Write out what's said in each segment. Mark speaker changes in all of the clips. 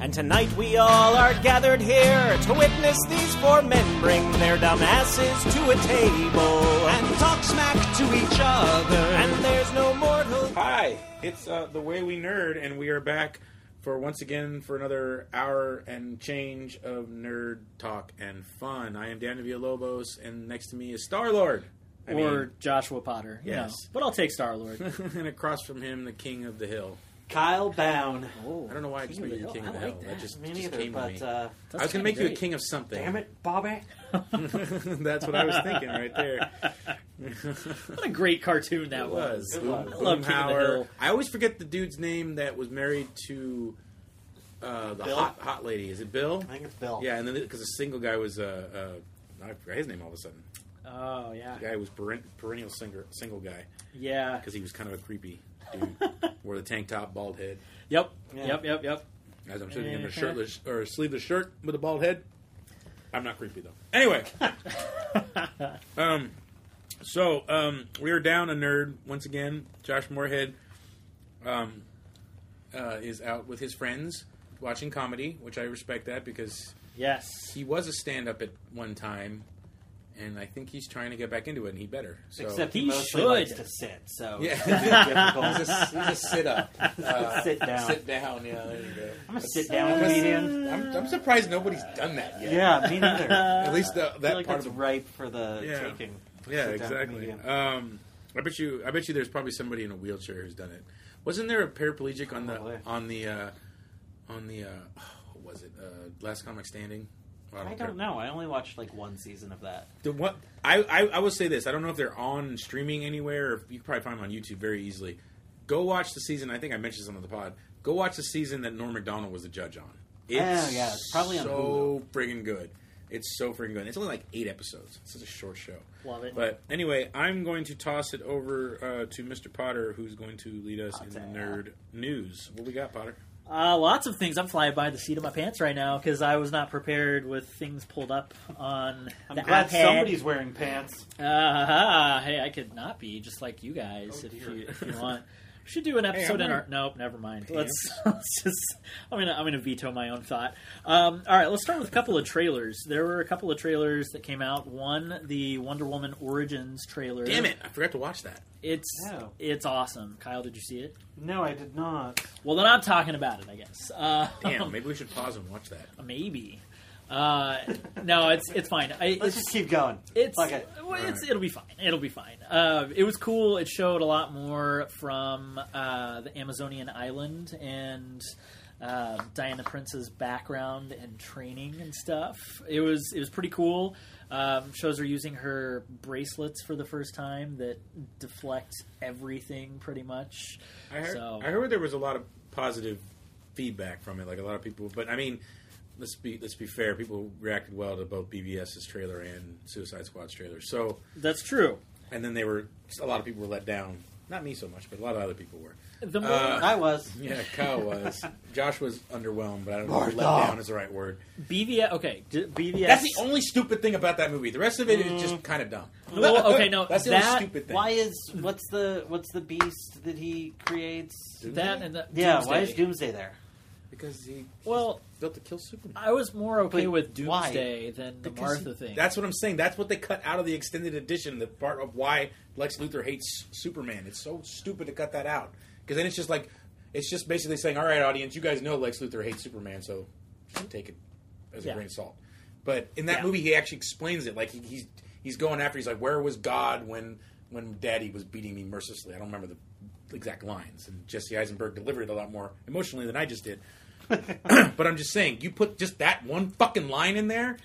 Speaker 1: And tonight we all are gathered here to witness these four men bring their dumb asses to a table and talk smack to each other. And there's no mortal.
Speaker 2: Hi, it's uh, the way we nerd, and we are back for once again for another hour and change of nerd talk and fun. I am Dan Villalobos, and next to me is Star Lord.
Speaker 3: or Joshua Potter. you
Speaker 2: Yes.
Speaker 3: know. but I'll take Star Lord.
Speaker 2: and across from him, the King of the Hill.
Speaker 4: Kyle Bound.
Speaker 3: Oh,
Speaker 2: I don't know why I just made you King of the Hill. that just,
Speaker 4: Me
Speaker 2: just
Speaker 4: neither,
Speaker 2: came to
Speaker 4: but
Speaker 2: me.
Speaker 4: uh,
Speaker 2: I was going to make you a king of something.
Speaker 4: damn it, Bobby.
Speaker 2: That's what I was thinking right there.
Speaker 3: what a great cartoon that
Speaker 2: It
Speaker 3: was.
Speaker 2: was.
Speaker 4: It was.
Speaker 3: I love King of the
Speaker 2: Boomhauer.
Speaker 3: Hill.
Speaker 2: I always forget the dude's name that was married to uh, the
Speaker 4: Bill?
Speaker 2: hot hot lady. Is it Bill?
Speaker 4: I think it's Bill.
Speaker 2: Yeah, and then because the single guy was uh, uh, I forgot his name all of a sudden.
Speaker 3: Oh yeah,
Speaker 2: The guy was peren- perennial singer, single guy
Speaker 3: yeah.
Speaker 2: because he was kind of a creepy dude, wore the tank top, bald head.
Speaker 3: Yep,
Speaker 4: Yeah.
Speaker 3: yep, yep, yep.
Speaker 2: As I'm shooting him in a
Speaker 4: Uh-huh.
Speaker 3: Mhm.
Speaker 2: shirtless or a sleeveless shirt with a bald head. I'm not creepy though. Anyway, um, so um, we are down a nerd once again. Josh Moorhead um, uh, is out with his friends watching comedy, which I respect that because
Speaker 3: Yes.
Speaker 2: he was a stand-up at one time, and I think he's trying to get back into it, and he better. So.
Speaker 4: Except he,
Speaker 3: He
Speaker 4: mostly
Speaker 3: should.
Speaker 4: likes to sit, so
Speaker 2: Yeah.
Speaker 4: it's really
Speaker 2: he's
Speaker 4: difficult.
Speaker 2: a, he's a sit-up. Uh,
Speaker 4: Sit down.
Speaker 2: Sit down. Yeah, there you go.
Speaker 4: I'm a sit down
Speaker 2: Because-
Speaker 4: comedian.
Speaker 2: I'm, I'm surprised nobody's done that yet.
Speaker 4: Yeah, me neither.
Speaker 2: At least the,
Speaker 4: I
Speaker 2: that
Speaker 4: feel like
Speaker 2: part
Speaker 4: that's
Speaker 2: of the
Speaker 4: ripe for the
Speaker 2: Yeah.
Speaker 4: taking.
Speaker 2: yeah,
Speaker 4: sit-down
Speaker 2: exactly.
Speaker 4: comedian.
Speaker 2: Um, I bet you. I bet you. There's probably somebody in a wheelchair who's done it. Wasn't there a paraplegic on
Speaker 4: Probably.
Speaker 2: the on the uh, on the uh, what was it uh, last comic standing? Well,
Speaker 4: I
Speaker 2: care.
Speaker 4: don't know. I only watched like one season of that.
Speaker 2: The what I, I I will say this. I don't know if they're on streaming anywhere. Or if you can probably find them on YouTube very easily. Go watch the season. I think I mentioned this on the pod. Go watch the season that Norm Macdonald was a judge on. It's
Speaker 4: Oh, yeah, it's probably on
Speaker 2: so friggin' good. It's so friggin' good. And it's only like eight episodes. It's such a short show.
Speaker 3: Love it.
Speaker 2: But anyway, I'm going to toss it over uh, to Mr. Potter, who's going to lead us in the nerd news. What we got, Potter?
Speaker 3: Uh, lots of things. I'm flying by the seat of my pants right now because I was not prepared with things pulled up on.
Speaker 4: I'm
Speaker 3: the
Speaker 4: glad
Speaker 3: iPad.
Speaker 4: somebody's wearing pants.
Speaker 3: Uh-huh. Hey, I could not be just like you guys
Speaker 2: Oh,
Speaker 3: if,
Speaker 2: dear.
Speaker 3: you, if you want. We should do an episode in
Speaker 2: wearing
Speaker 3: our. Nope, never mind.
Speaker 2: pants.
Speaker 3: Let's, let's just. I'm gonna I'm gonna veto my own thought. Um, all right, let's start with a couple of trailers. There were a couple of trailers that came out. One, the Wonder Woman Origins trailer.
Speaker 2: Damn it! I forgot to watch that.
Speaker 3: It's
Speaker 4: Oh.
Speaker 3: it's awesome. Kyle, did you see it?
Speaker 4: No, I did not.
Speaker 3: Well, then I'm talking about it, I guess. Uh,
Speaker 4: Oh.
Speaker 2: Damn, maybe we should pause and watch that.
Speaker 3: maybe. Uh, no, it's it's fine. I,
Speaker 4: Let's
Speaker 3: it's,
Speaker 4: just keep going.
Speaker 3: It's,
Speaker 4: Fuck it.
Speaker 3: well, it's
Speaker 2: Alright.
Speaker 3: it'll be fine. It'll be fine. Uh, it was cool. It showed a lot more from uh, the Amazonian island and uh, Diana Prince's background and training and stuff. It was it was pretty cool. Um, shows her using her bracelets for the first time that deflect everything pretty much.
Speaker 2: I heard,
Speaker 3: so
Speaker 2: I heard there was a lot of positive feedback from it. Like a lot of people, but I mean, let's be let's be fair. People reacted well to both BBS's trailer and Suicide Squad's trailer. So,
Speaker 3: that's true.
Speaker 2: and then they were a lot of people were let down. Not me so much, but a lot of other people were.
Speaker 3: The more
Speaker 2: Uh,
Speaker 4: I was.
Speaker 2: Yeah, Kyle was. Josh was underwhelmed, but I don't know if
Speaker 4: Lord,
Speaker 2: let
Speaker 4: no.
Speaker 2: down is the right word.
Speaker 3: BVS, okay, d- BVS.
Speaker 2: That's the only stupid thing about that movie. The rest of it is just kind of dumb.
Speaker 3: Mm. Well, okay, no,
Speaker 2: that's the
Speaker 3: that-
Speaker 2: only stupid thing.
Speaker 4: Why is what's the what's the beast that he creates?
Speaker 3: that and the
Speaker 4: Yeah, why is
Speaker 3: Doomsday.
Speaker 4: Doomsday there?
Speaker 2: Because he
Speaker 3: Well,
Speaker 2: built to kill Superman.
Speaker 3: I was more okay
Speaker 4: But
Speaker 3: with
Speaker 4: why?
Speaker 3: Doomsday than the
Speaker 2: Because
Speaker 3: Martha thing.
Speaker 2: That's what I'm saying. That's what they cut out of the extended edition. The part of why Lex Luthor hates Superman. It's so stupid to cut that out because then it's just like it's just basically saying, "All right, audience, you guys know Lex Luthor hates Superman, so you should take it as a
Speaker 3: Yeah.
Speaker 2: grain of salt." But in that
Speaker 3: Yeah.
Speaker 2: movie, he actually explains it. Like he, he's he's going after. He's like, "Where was God when when Daddy was beating me mercilessly?" I don't remember the exact lines, and Jesse Eisenberg delivered it a lot more emotionally than I just did. but I'm just saying, you put just that one fucking line in there,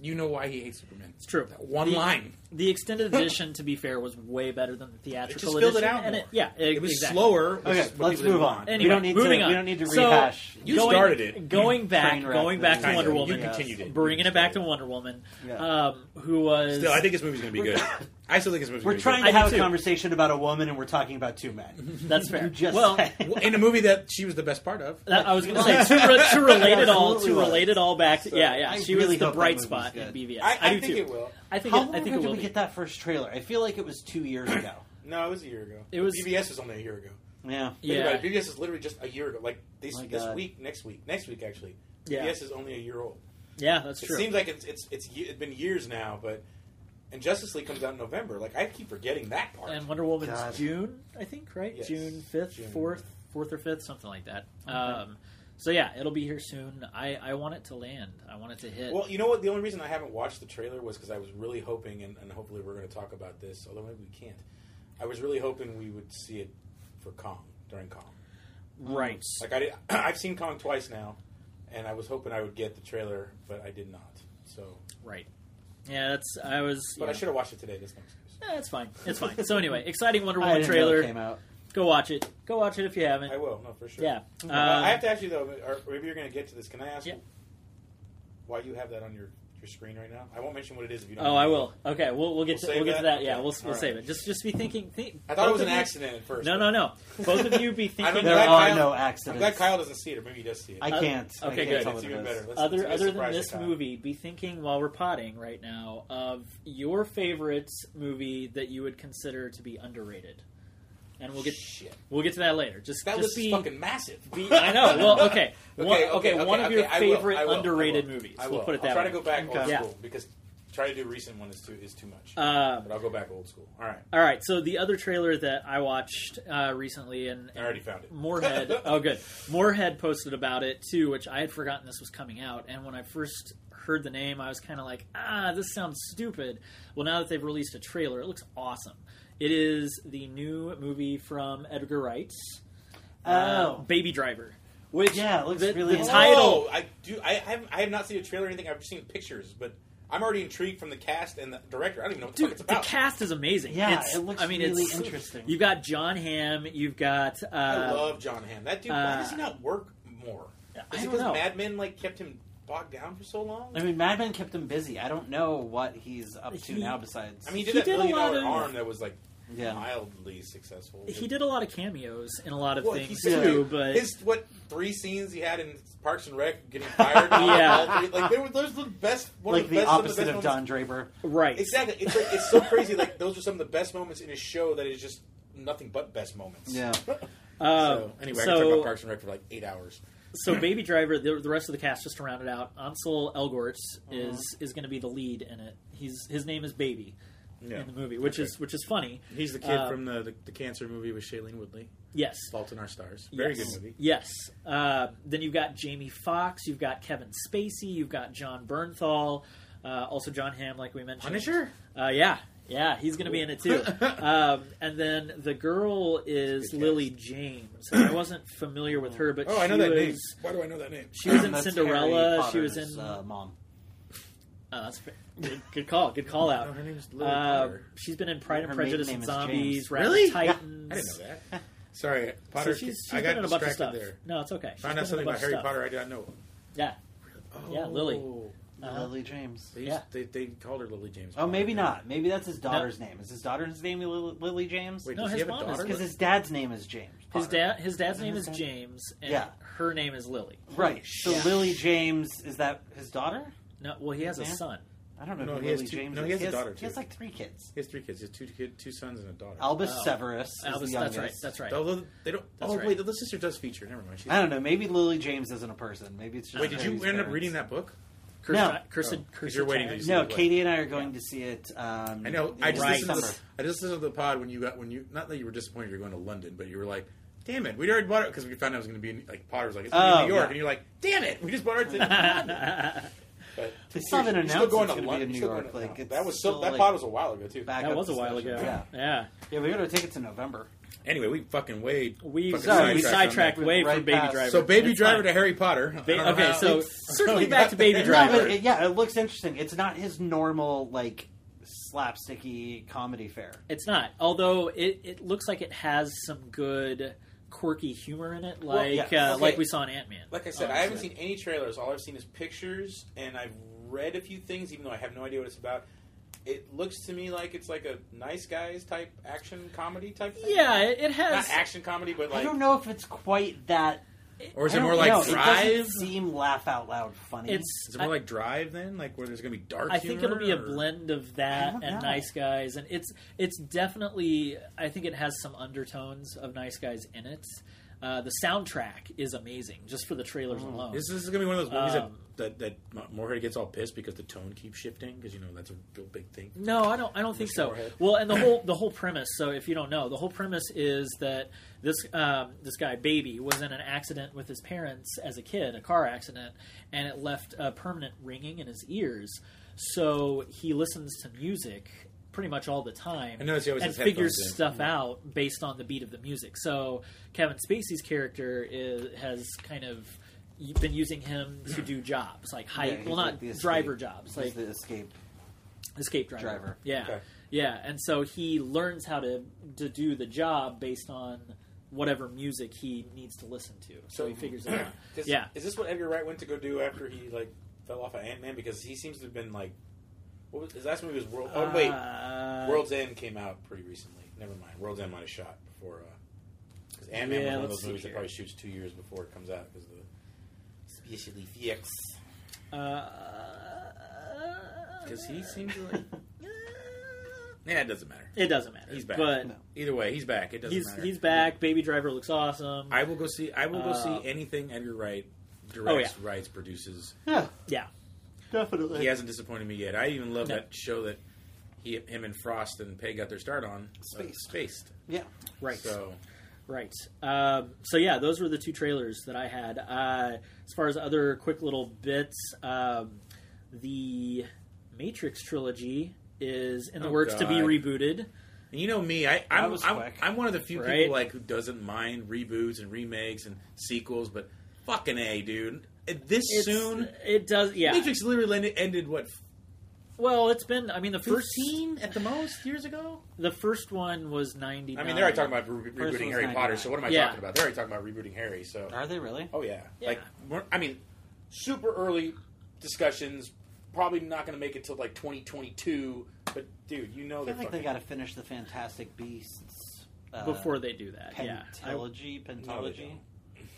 Speaker 2: you know why he hates Superman. It's
Speaker 3: true.
Speaker 2: That one
Speaker 3: The-
Speaker 2: line.
Speaker 3: the extended edition, to be fair, was way better than the
Speaker 2: It
Speaker 3: theatrical
Speaker 2: just filled it
Speaker 3: edition,
Speaker 2: out
Speaker 3: and
Speaker 2: more.
Speaker 3: it- yeah,
Speaker 2: it, was
Speaker 3: exactly.
Speaker 2: slower. which
Speaker 4: Okay,
Speaker 2: is what
Speaker 4: let's
Speaker 2: people
Speaker 4: move
Speaker 2: didn't
Speaker 4: on.
Speaker 2: want.
Speaker 3: Anyway,
Speaker 4: we don't need
Speaker 3: moving
Speaker 4: to.
Speaker 3: on.
Speaker 4: We don't need to
Speaker 3: So-
Speaker 4: rehash.
Speaker 2: You
Speaker 3: Going-
Speaker 2: started it.
Speaker 3: Going back,
Speaker 4: Train wreck
Speaker 3: going
Speaker 4: the
Speaker 3: back to
Speaker 4: thing.
Speaker 3: Wonder
Speaker 2: Kinda.
Speaker 3: Woman, uh,
Speaker 2: You
Speaker 4: Yes.
Speaker 2: continued it.
Speaker 3: bringing
Speaker 2: You
Speaker 3: it back to
Speaker 2: started
Speaker 3: Wonder Woman,
Speaker 4: Yeah.
Speaker 3: um, who was
Speaker 2: Still, I think this movie's going to be good. I still think this movie's
Speaker 4: we're
Speaker 2: going to be good.
Speaker 4: trying to
Speaker 3: I do
Speaker 4: have a
Speaker 3: too.
Speaker 4: conversation about a woman, and we're talking about two men.
Speaker 3: that's fair.
Speaker 4: You just
Speaker 3: well,
Speaker 4: said.
Speaker 2: Well, in a movie that she was the best part of.
Speaker 3: that- I was going to say to, re- to relate it all, to
Speaker 4: Absolutely was.
Speaker 3: relate it all back. To, yeah, yeah,
Speaker 4: I
Speaker 3: she
Speaker 4: really
Speaker 3: was the
Speaker 4: hope that
Speaker 3: bright
Speaker 4: movie's
Speaker 3: spot
Speaker 4: good.
Speaker 3: in BVS.
Speaker 2: I,
Speaker 3: do
Speaker 2: think
Speaker 3: too.
Speaker 2: it will.
Speaker 3: I think
Speaker 4: How
Speaker 3: it, I
Speaker 4: long
Speaker 3: think it
Speaker 4: ago did
Speaker 3: will
Speaker 4: we
Speaker 3: be.
Speaker 4: get that first trailer? I feel like it was two years ago.
Speaker 2: No, it was a year ago.
Speaker 3: It was-
Speaker 2: BBS was only a year ago.
Speaker 4: yeah.
Speaker 3: Yeah.
Speaker 2: BBS is literally just a year ago. Like This,
Speaker 4: My
Speaker 2: this
Speaker 4: God.
Speaker 2: week, next week, next week actually.
Speaker 3: Yeah.
Speaker 2: PBS is only a year old.
Speaker 3: Yeah, that's
Speaker 2: It
Speaker 3: true.
Speaker 2: seems like it's it's it's ye- it's been years now, but and Justice League comes out in November. Like I keep forgetting that part.
Speaker 3: and Wonder Woman's
Speaker 4: God.
Speaker 3: June, I think, right?
Speaker 2: Yes.
Speaker 3: June fifth,
Speaker 2: June.
Speaker 3: fourth, fourth or fifth, something like that. Um, so yeah, it'll be here soon. I, I want it to land. I want it to hit.
Speaker 2: well, you know what? The only reason I haven't watched the trailer was because I was really hoping, and, and hopefully we're going to talk about this, although maybe we can't. I was really hoping we would see it for Kong during Kong.
Speaker 3: right.
Speaker 2: Like I did, I've seen Kong twice now, and I was hoping I would get the trailer, but I did not. So,
Speaker 3: Right. Yeah, that's I was.
Speaker 2: but I
Speaker 3: yeah.
Speaker 2: should have watched it today. That's no excuse.
Speaker 3: Eh, it's fine. It's fine. So anyway, exciting Wonder
Speaker 4: I
Speaker 3: Woman
Speaker 4: didn't know it
Speaker 3: trailer.
Speaker 4: came out.
Speaker 3: Go watch it. Go watch it if you haven't.
Speaker 2: I will, no, for sure.
Speaker 3: Yeah.
Speaker 4: Mhm.
Speaker 2: Uh, I
Speaker 3: Um,
Speaker 2: have to ask you though. Or maybe you're going to get to this. Can I ask
Speaker 3: Yeah.
Speaker 2: why you have that on your, your screen right now? I won't mention what it is if you don't.
Speaker 3: Oh,
Speaker 2: know.
Speaker 3: I will. Okay, we'll, we'll get
Speaker 2: We'll
Speaker 3: to
Speaker 2: save
Speaker 3: we'll get to
Speaker 2: that?
Speaker 3: that. Yeah,
Speaker 2: Okay.
Speaker 3: we'll, we'll
Speaker 2: All
Speaker 3: save
Speaker 2: right.
Speaker 3: it. Just just be thinking. Think,
Speaker 2: I thought it
Speaker 3: both
Speaker 2: was
Speaker 3: of
Speaker 2: an
Speaker 3: you-
Speaker 2: accident at first.
Speaker 3: No,
Speaker 2: but
Speaker 3: no, no. Both of you be
Speaker 2: I'm
Speaker 3: thinking.
Speaker 2: glad
Speaker 4: There
Speaker 3: about-
Speaker 4: are
Speaker 2: Kyle-
Speaker 4: no
Speaker 2: I'm
Speaker 4: accidents.
Speaker 2: glad Kyle doesn't see it, or maybe he does see it.
Speaker 4: I
Speaker 3: Uh,
Speaker 4: can't.
Speaker 3: okay,
Speaker 4: I
Speaker 2: good.
Speaker 4: can't tell
Speaker 2: It's
Speaker 4: what
Speaker 2: even
Speaker 4: it is.
Speaker 2: better. Let's- let's
Speaker 3: other
Speaker 2: be a
Speaker 3: other than
Speaker 2: surprise
Speaker 3: this
Speaker 2: for Kyle.
Speaker 3: movie, be thinking while we're potting right now of your favorite movie that you would consider to be underrated, and we'll get
Speaker 2: Shit.
Speaker 3: we'll get to that later. Just
Speaker 2: That
Speaker 3: just
Speaker 2: list
Speaker 3: be,
Speaker 2: is fucking massive.
Speaker 3: be- I know. Well,
Speaker 2: Okay,
Speaker 3: okay, one,
Speaker 2: okay,
Speaker 3: one of
Speaker 2: okay,
Speaker 3: your
Speaker 2: okay, I will,
Speaker 3: favorite
Speaker 2: I will, I will.
Speaker 3: underrated movies.
Speaker 2: I will.
Speaker 3: We'll put it
Speaker 2: I'll
Speaker 3: that
Speaker 2: try
Speaker 3: way.
Speaker 2: to go back old
Speaker 4: Okay.
Speaker 3: Yeah.
Speaker 2: school because try to do recent one is too is too much.
Speaker 3: Um,
Speaker 2: but I'll go back old school. All right,
Speaker 3: All right, so the other trailer that I watched uh, recently, and,
Speaker 2: I already found it.
Speaker 3: Moorhead. oh, good. Moorhead posted about it too, which I had forgotten this was coming out. And when I first heard the name, I was kind of like, ah, this sounds stupid. Well, now that they've released a trailer, it looks awesome. It is the new movie from Edgar Wright, uh,
Speaker 4: Oh,
Speaker 3: Baby Driver. Which
Speaker 4: Yeah, it looks
Speaker 3: the-
Speaker 4: really
Speaker 3: the
Speaker 4: awesome.
Speaker 3: title.
Speaker 2: Oh, I do. I haven't. I have not seen a trailer or anything. I've seen pictures, but I'm already intrigued from the cast and the director. I don't even know what
Speaker 3: Dude,
Speaker 2: the
Speaker 3: the
Speaker 2: fuck it's about.
Speaker 3: cast is amazing.
Speaker 4: Yeah,
Speaker 3: It's-
Speaker 4: it looks
Speaker 3: I mean,
Speaker 4: really
Speaker 3: it's,
Speaker 4: interesting.
Speaker 3: You've got John Hamm. You've got. Uh,
Speaker 2: I love John Hamm. That dude. why
Speaker 3: uh,
Speaker 2: does he not work more? Is
Speaker 3: I
Speaker 2: it
Speaker 3: don't
Speaker 2: because
Speaker 3: know.
Speaker 2: Mad Men like kept him bogged down for so long?
Speaker 4: I mean, Mad Men kept him busy. I don't know what he's up to
Speaker 3: He-
Speaker 4: now. Besides,
Speaker 2: I mean, he did
Speaker 3: He
Speaker 2: that
Speaker 3: did a
Speaker 2: million
Speaker 3: lot
Speaker 2: dollar
Speaker 3: of-
Speaker 2: arm that was like
Speaker 4: yeah,
Speaker 2: mildly successful.
Speaker 3: he did a lot of cameos in a lot of
Speaker 2: Well,
Speaker 3: things
Speaker 2: he did.
Speaker 3: too, but
Speaker 2: His what three scenes he had in Parks and Rec getting fired? and all-
Speaker 3: Yeah.
Speaker 2: all three- like they were those are the best. One
Speaker 4: like
Speaker 2: of
Speaker 4: the,
Speaker 2: the, best, some of the
Speaker 4: opposite
Speaker 2: best
Speaker 4: of
Speaker 2: moments-
Speaker 4: Don Draper.
Speaker 3: right,
Speaker 2: Exactly. It's like, it's so crazy. Like those are some of the best moments in his show that is just nothing but best moments.
Speaker 4: Yeah.
Speaker 3: Um,
Speaker 2: so anyway, I could talk
Speaker 3: so,
Speaker 2: about Parks and Rec for like eight hours.
Speaker 3: so Baby Driver, the, the rest of the cast, just to round it out, Ansel Elgort
Speaker 2: Uh-huh.
Speaker 3: is is going to be the lead in it. He's his name is Baby in the movie, which is which is funny.
Speaker 2: he's the
Speaker 3: kid uh, from
Speaker 2: the, the the cancer movie with Shailene Woodley,
Speaker 3: Yes,
Speaker 2: Fault in Our Stars.
Speaker 3: yes. Yes. Uh, then you've got Jamie Fox, you've got Kevin Spacey, you've got John Bernthal, uh, also John Hamm, like we mentioned. Uh, yeah, yeah, he's going to be in it too. um, and then the girl is
Speaker 2: good
Speaker 3: Lily James. And I wasn't familiar with her, but
Speaker 2: Oh, I know
Speaker 3: she
Speaker 2: that
Speaker 3: was,
Speaker 2: name. Why do I know that name?
Speaker 3: She was in
Speaker 4: That's
Speaker 3: Cinderella.
Speaker 4: Harry
Speaker 3: She was
Speaker 4: Potter's,
Speaker 3: in.
Speaker 4: uh, Mom.
Speaker 3: oh, that's fair. good, good call. Good call
Speaker 2: No,
Speaker 3: out.
Speaker 2: her name's Lily
Speaker 3: Uh,
Speaker 2: Potter.
Speaker 3: she's been in Pride and
Speaker 4: Her maiden
Speaker 3: Prejudice
Speaker 4: name
Speaker 3: and
Speaker 4: is
Speaker 3: Zombies,
Speaker 4: James.
Speaker 3: Rat
Speaker 2: Really?
Speaker 3: Titans.
Speaker 2: I didn't know that. Sorry,
Speaker 3: So
Speaker 2: Potter.
Speaker 3: she's, she's
Speaker 2: I
Speaker 3: been
Speaker 2: got
Speaker 3: in a bunch of
Speaker 2: distracted
Speaker 3: stuff.
Speaker 2: there.
Speaker 3: No, it's okay. She's
Speaker 2: Found out
Speaker 3: been in a
Speaker 2: something
Speaker 3: bunch
Speaker 2: about
Speaker 3: of
Speaker 2: Harry
Speaker 3: stuff.
Speaker 2: Potter I did not know.
Speaker 3: Yeah, Yeah, Lily.
Speaker 2: Oh.
Speaker 3: Uh-huh.
Speaker 4: Lily James.
Speaker 2: They, used-
Speaker 3: Yeah.
Speaker 2: they, they called her Lily James.
Speaker 4: Oh, maybe
Speaker 2: Yeah.
Speaker 4: not. Maybe that's his daughter's name. Is his daughter's name Lily, Lily James?
Speaker 2: Wait,
Speaker 3: No,
Speaker 2: does
Speaker 3: his
Speaker 2: he have
Speaker 3: mom
Speaker 2: a
Speaker 3: is-
Speaker 2: daughter?
Speaker 4: Because his dad's name is James.
Speaker 3: his
Speaker 4: Potter.
Speaker 3: dad. His dad's
Speaker 4: Isn't
Speaker 3: name
Speaker 4: his
Speaker 3: is
Speaker 4: dad-
Speaker 3: James, and
Speaker 4: Yeah.
Speaker 3: her name is Lily.
Speaker 4: Right. So
Speaker 3: Yeah.
Speaker 4: Lily James is that his daughter?
Speaker 3: No, well, he has a
Speaker 4: Yeah.
Speaker 3: son.
Speaker 4: I don't know.
Speaker 2: No,
Speaker 4: who
Speaker 2: he has
Speaker 4: Lily
Speaker 2: two-
Speaker 4: James
Speaker 2: no,
Speaker 4: is.
Speaker 2: he has a daughter,
Speaker 4: He has
Speaker 2: too.
Speaker 4: like three kids.
Speaker 2: He has three kids. He has two kid, two sons and a daughter.
Speaker 4: Albus
Speaker 3: Oh.
Speaker 4: Severus. Is
Speaker 3: Albus-
Speaker 4: the
Speaker 3: that's right.
Speaker 4: youngest.
Speaker 3: That's right.
Speaker 2: Although they don't.
Speaker 3: That's
Speaker 2: oh
Speaker 3: right.
Speaker 2: wait, the little sister does feature. Never mind. She's,
Speaker 4: I don't know. Maybe Lily James isn't a person. Maybe it's just.
Speaker 2: wait, did you end
Speaker 4: Harry's
Speaker 2: up
Speaker 4: parents.
Speaker 2: reading that book?
Speaker 3: Cursed,
Speaker 4: No.
Speaker 3: cursed,
Speaker 2: Oh, 'cause
Speaker 3: cursed
Speaker 2: you're waiting
Speaker 3: child.
Speaker 2: to see
Speaker 4: No,
Speaker 2: what-
Speaker 4: Katie and I are going to see it. Um,
Speaker 2: I know.
Speaker 4: in
Speaker 2: I just
Speaker 3: Right.
Speaker 2: listened. To the,
Speaker 4: December.
Speaker 2: I just listened to the pod when you got when you not that you were disappointed you're going to London, but you were like, "Damn it, we already bought it" because we found out it was going to be in, like Potter was like, "It's going to be
Speaker 4: Oh,
Speaker 2: in New York,"
Speaker 4: yeah.
Speaker 2: and you're like, "Damn it, we just bought our ticket." to London." But
Speaker 4: They still haven't
Speaker 2: you're still
Speaker 4: announced
Speaker 2: going to
Speaker 4: it's gonna be
Speaker 2: Lon-
Speaker 4: in New
Speaker 2: still going
Speaker 4: York,
Speaker 2: to-
Speaker 4: like,
Speaker 2: no,
Speaker 4: it's
Speaker 2: that was still,
Speaker 4: still,
Speaker 2: that
Speaker 4: like-
Speaker 2: pod was a while ago too.
Speaker 4: Back
Speaker 3: That
Speaker 4: up
Speaker 3: was a while
Speaker 4: discussion.
Speaker 3: ago.
Speaker 4: Yeah.
Speaker 3: yeah.
Speaker 4: Yeah, we got our tickets in November.
Speaker 2: Anyway, we fucking way
Speaker 3: We
Speaker 2: fucking
Speaker 3: sorry, we
Speaker 2: sidetracked on that.
Speaker 3: sidetracked way
Speaker 4: Right
Speaker 3: from Baby
Speaker 4: past-
Speaker 3: Driver.
Speaker 2: So Baby
Speaker 3: It's
Speaker 2: Driver
Speaker 3: fine.
Speaker 2: to Harry Potter.
Speaker 3: Ba-
Speaker 2: I don't know
Speaker 3: okay,
Speaker 2: how-
Speaker 3: so circling back to
Speaker 2: got
Speaker 3: Baby
Speaker 2: there.
Speaker 3: Driver.
Speaker 4: No, but it, yeah, it looks interesting. It's not his normal like slapsticky comedy fare.
Speaker 3: It's not. Although it, it looks like it has some good quirky humor in it, like
Speaker 4: yeah.
Speaker 3: uh,
Speaker 2: Okay.
Speaker 3: like we saw in Ant Man.
Speaker 2: Like I said, I
Speaker 4: Oh,
Speaker 2: haven't seen any trailers. All I've seen is pictures, and I've read a few things, even though I have no idea what it's about. It looks to me like it's like a nice guys type action comedy type thing.
Speaker 3: Yeah, it,
Speaker 2: Not
Speaker 3: it has.
Speaker 2: action comedy, but
Speaker 4: I
Speaker 2: like.
Speaker 4: don't know if it's quite that.
Speaker 2: Or
Speaker 4: I don't know. It doesn't seem laugh out loud funny.
Speaker 3: It's.
Speaker 2: Is it more like Drive then? Like where there's going to be dark
Speaker 3: I, I think it'll be a
Speaker 2: humor, or-
Speaker 3: blend of
Speaker 4: I
Speaker 3: that
Speaker 4: don't
Speaker 3: and
Speaker 4: know.
Speaker 3: Nice Guys, and it's it's definitely. I think it has some undertones of Nice Guys in it. Uh, the soundtrack is amazing, just for the trailers
Speaker 4: Mm.
Speaker 3: alone.
Speaker 2: This, this is gonna be one of those movies
Speaker 3: Um,
Speaker 2: that, that that Moorhead gets all pissed because the tone keeps shifting because you know that's a real big thing.
Speaker 3: No, I don't. I don't think so.
Speaker 2: Moorhead.
Speaker 3: Well, and the whole the whole premise. So, if you don't know, the whole premise is that this um, this guy, baby, was in an accident with his parents as a kid, a car accident, and it left a permanent ringing in his ears. So he listens to music pretty much all the time
Speaker 2: I notice he always
Speaker 3: and
Speaker 2: has headphones
Speaker 3: figures
Speaker 2: in.
Speaker 3: stuff out based on the beat of the music. So Kevin Spacey's character is, has kind of been using him to do jobs like high,
Speaker 4: Yeah, he's
Speaker 3: well, not
Speaker 4: like the escape-
Speaker 3: driver jobs,
Speaker 4: he's
Speaker 3: like
Speaker 4: the escape.
Speaker 3: escape driver.
Speaker 4: Driver.
Speaker 3: Yeah,
Speaker 2: Okay.
Speaker 3: yeah, and so he learns how to to do the job based on whatever music he needs to listen to. So he figures it out.
Speaker 2: Is,
Speaker 3: Yeah.
Speaker 2: Is this what Edgar Wright went to go do after he like fell off of Ant Man? Because he seems to have been like, what was his last movie was World? Oh wait,
Speaker 3: Uh,
Speaker 2: World's End came out pretty recently. Never mind, World's End might have shot before. Because Ant Man
Speaker 3: Yeah,
Speaker 2: was one of
Speaker 3: let's
Speaker 2: those
Speaker 3: see
Speaker 2: movies that
Speaker 3: here.
Speaker 2: probably shoots two years before it comes out because the especially effects.
Speaker 3: uh,
Speaker 2: Because he seems like yeah, it doesn't matter.
Speaker 3: It doesn't matter.
Speaker 2: He's back.
Speaker 3: But
Speaker 4: No.
Speaker 2: Either way, he's back. It doesn't
Speaker 3: he's
Speaker 2: matter.
Speaker 3: he's back. Baby Driver looks awesome.
Speaker 2: I will go see. I will go
Speaker 3: Uh,
Speaker 2: see anything Edgar Wright directs,
Speaker 3: Oh,
Speaker 2: writes, produces.
Speaker 4: Yeah,
Speaker 3: yeah.
Speaker 4: definitely.
Speaker 2: He hasn't disappointed me yet. I even love
Speaker 3: No.
Speaker 2: that show that he, him, and Frost and Peg got their start on. uh,
Speaker 4: Spaced.
Speaker 2: spaced.
Speaker 4: Yeah.
Speaker 3: Right.
Speaker 2: So
Speaker 3: Right. Um, so yeah, those were the two trailers that I had. Uh, as far as other quick little bits, um, the Matrix trilogy is in the
Speaker 2: Oh,
Speaker 3: works to be
Speaker 2: God.
Speaker 3: rebooted.
Speaker 2: and you know me, I, I'm,
Speaker 4: was
Speaker 2: I'm,
Speaker 4: quick.
Speaker 2: I'm one of the few
Speaker 3: Right?
Speaker 2: people like who doesn't mind reboots and remakes and sequels, but fucking a dude, this
Speaker 3: It's-
Speaker 2: soon.
Speaker 3: it does. Yeah.
Speaker 2: Matrix literally ended, ended what
Speaker 3: Well, it's been. I mean, the first
Speaker 2: fifteen at the most years ago.
Speaker 3: the first one was ninety.
Speaker 2: I mean, they're already talking about re-
Speaker 4: First
Speaker 2: rebooting
Speaker 4: one's
Speaker 2: Harry Potter.
Speaker 4: 99.
Speaker 2: So what am I
Speaker 3: Yeah.
Speaker 2: talking about? They're already talking about rebooting Harry. So
Speaker 4: Are they really?
Speaker 2: Oh yeah.
Speaker 3: Yeah.
Speaker 2: Like we're, I mean, super early discussions. Probably not going to make it till like 2022. But dude, you know
Speaker 4: I
Speaker 2: they're
Speaker 4: feel like
Speaker 2: fucking.
Speaker 4: they got to finish the Fantastic Beasts uh,
Speaker 3: before they do that. Yeah. I-
Speaker 4: Pentology,
Speaker 2: no, they
Speaker 4: Pentology.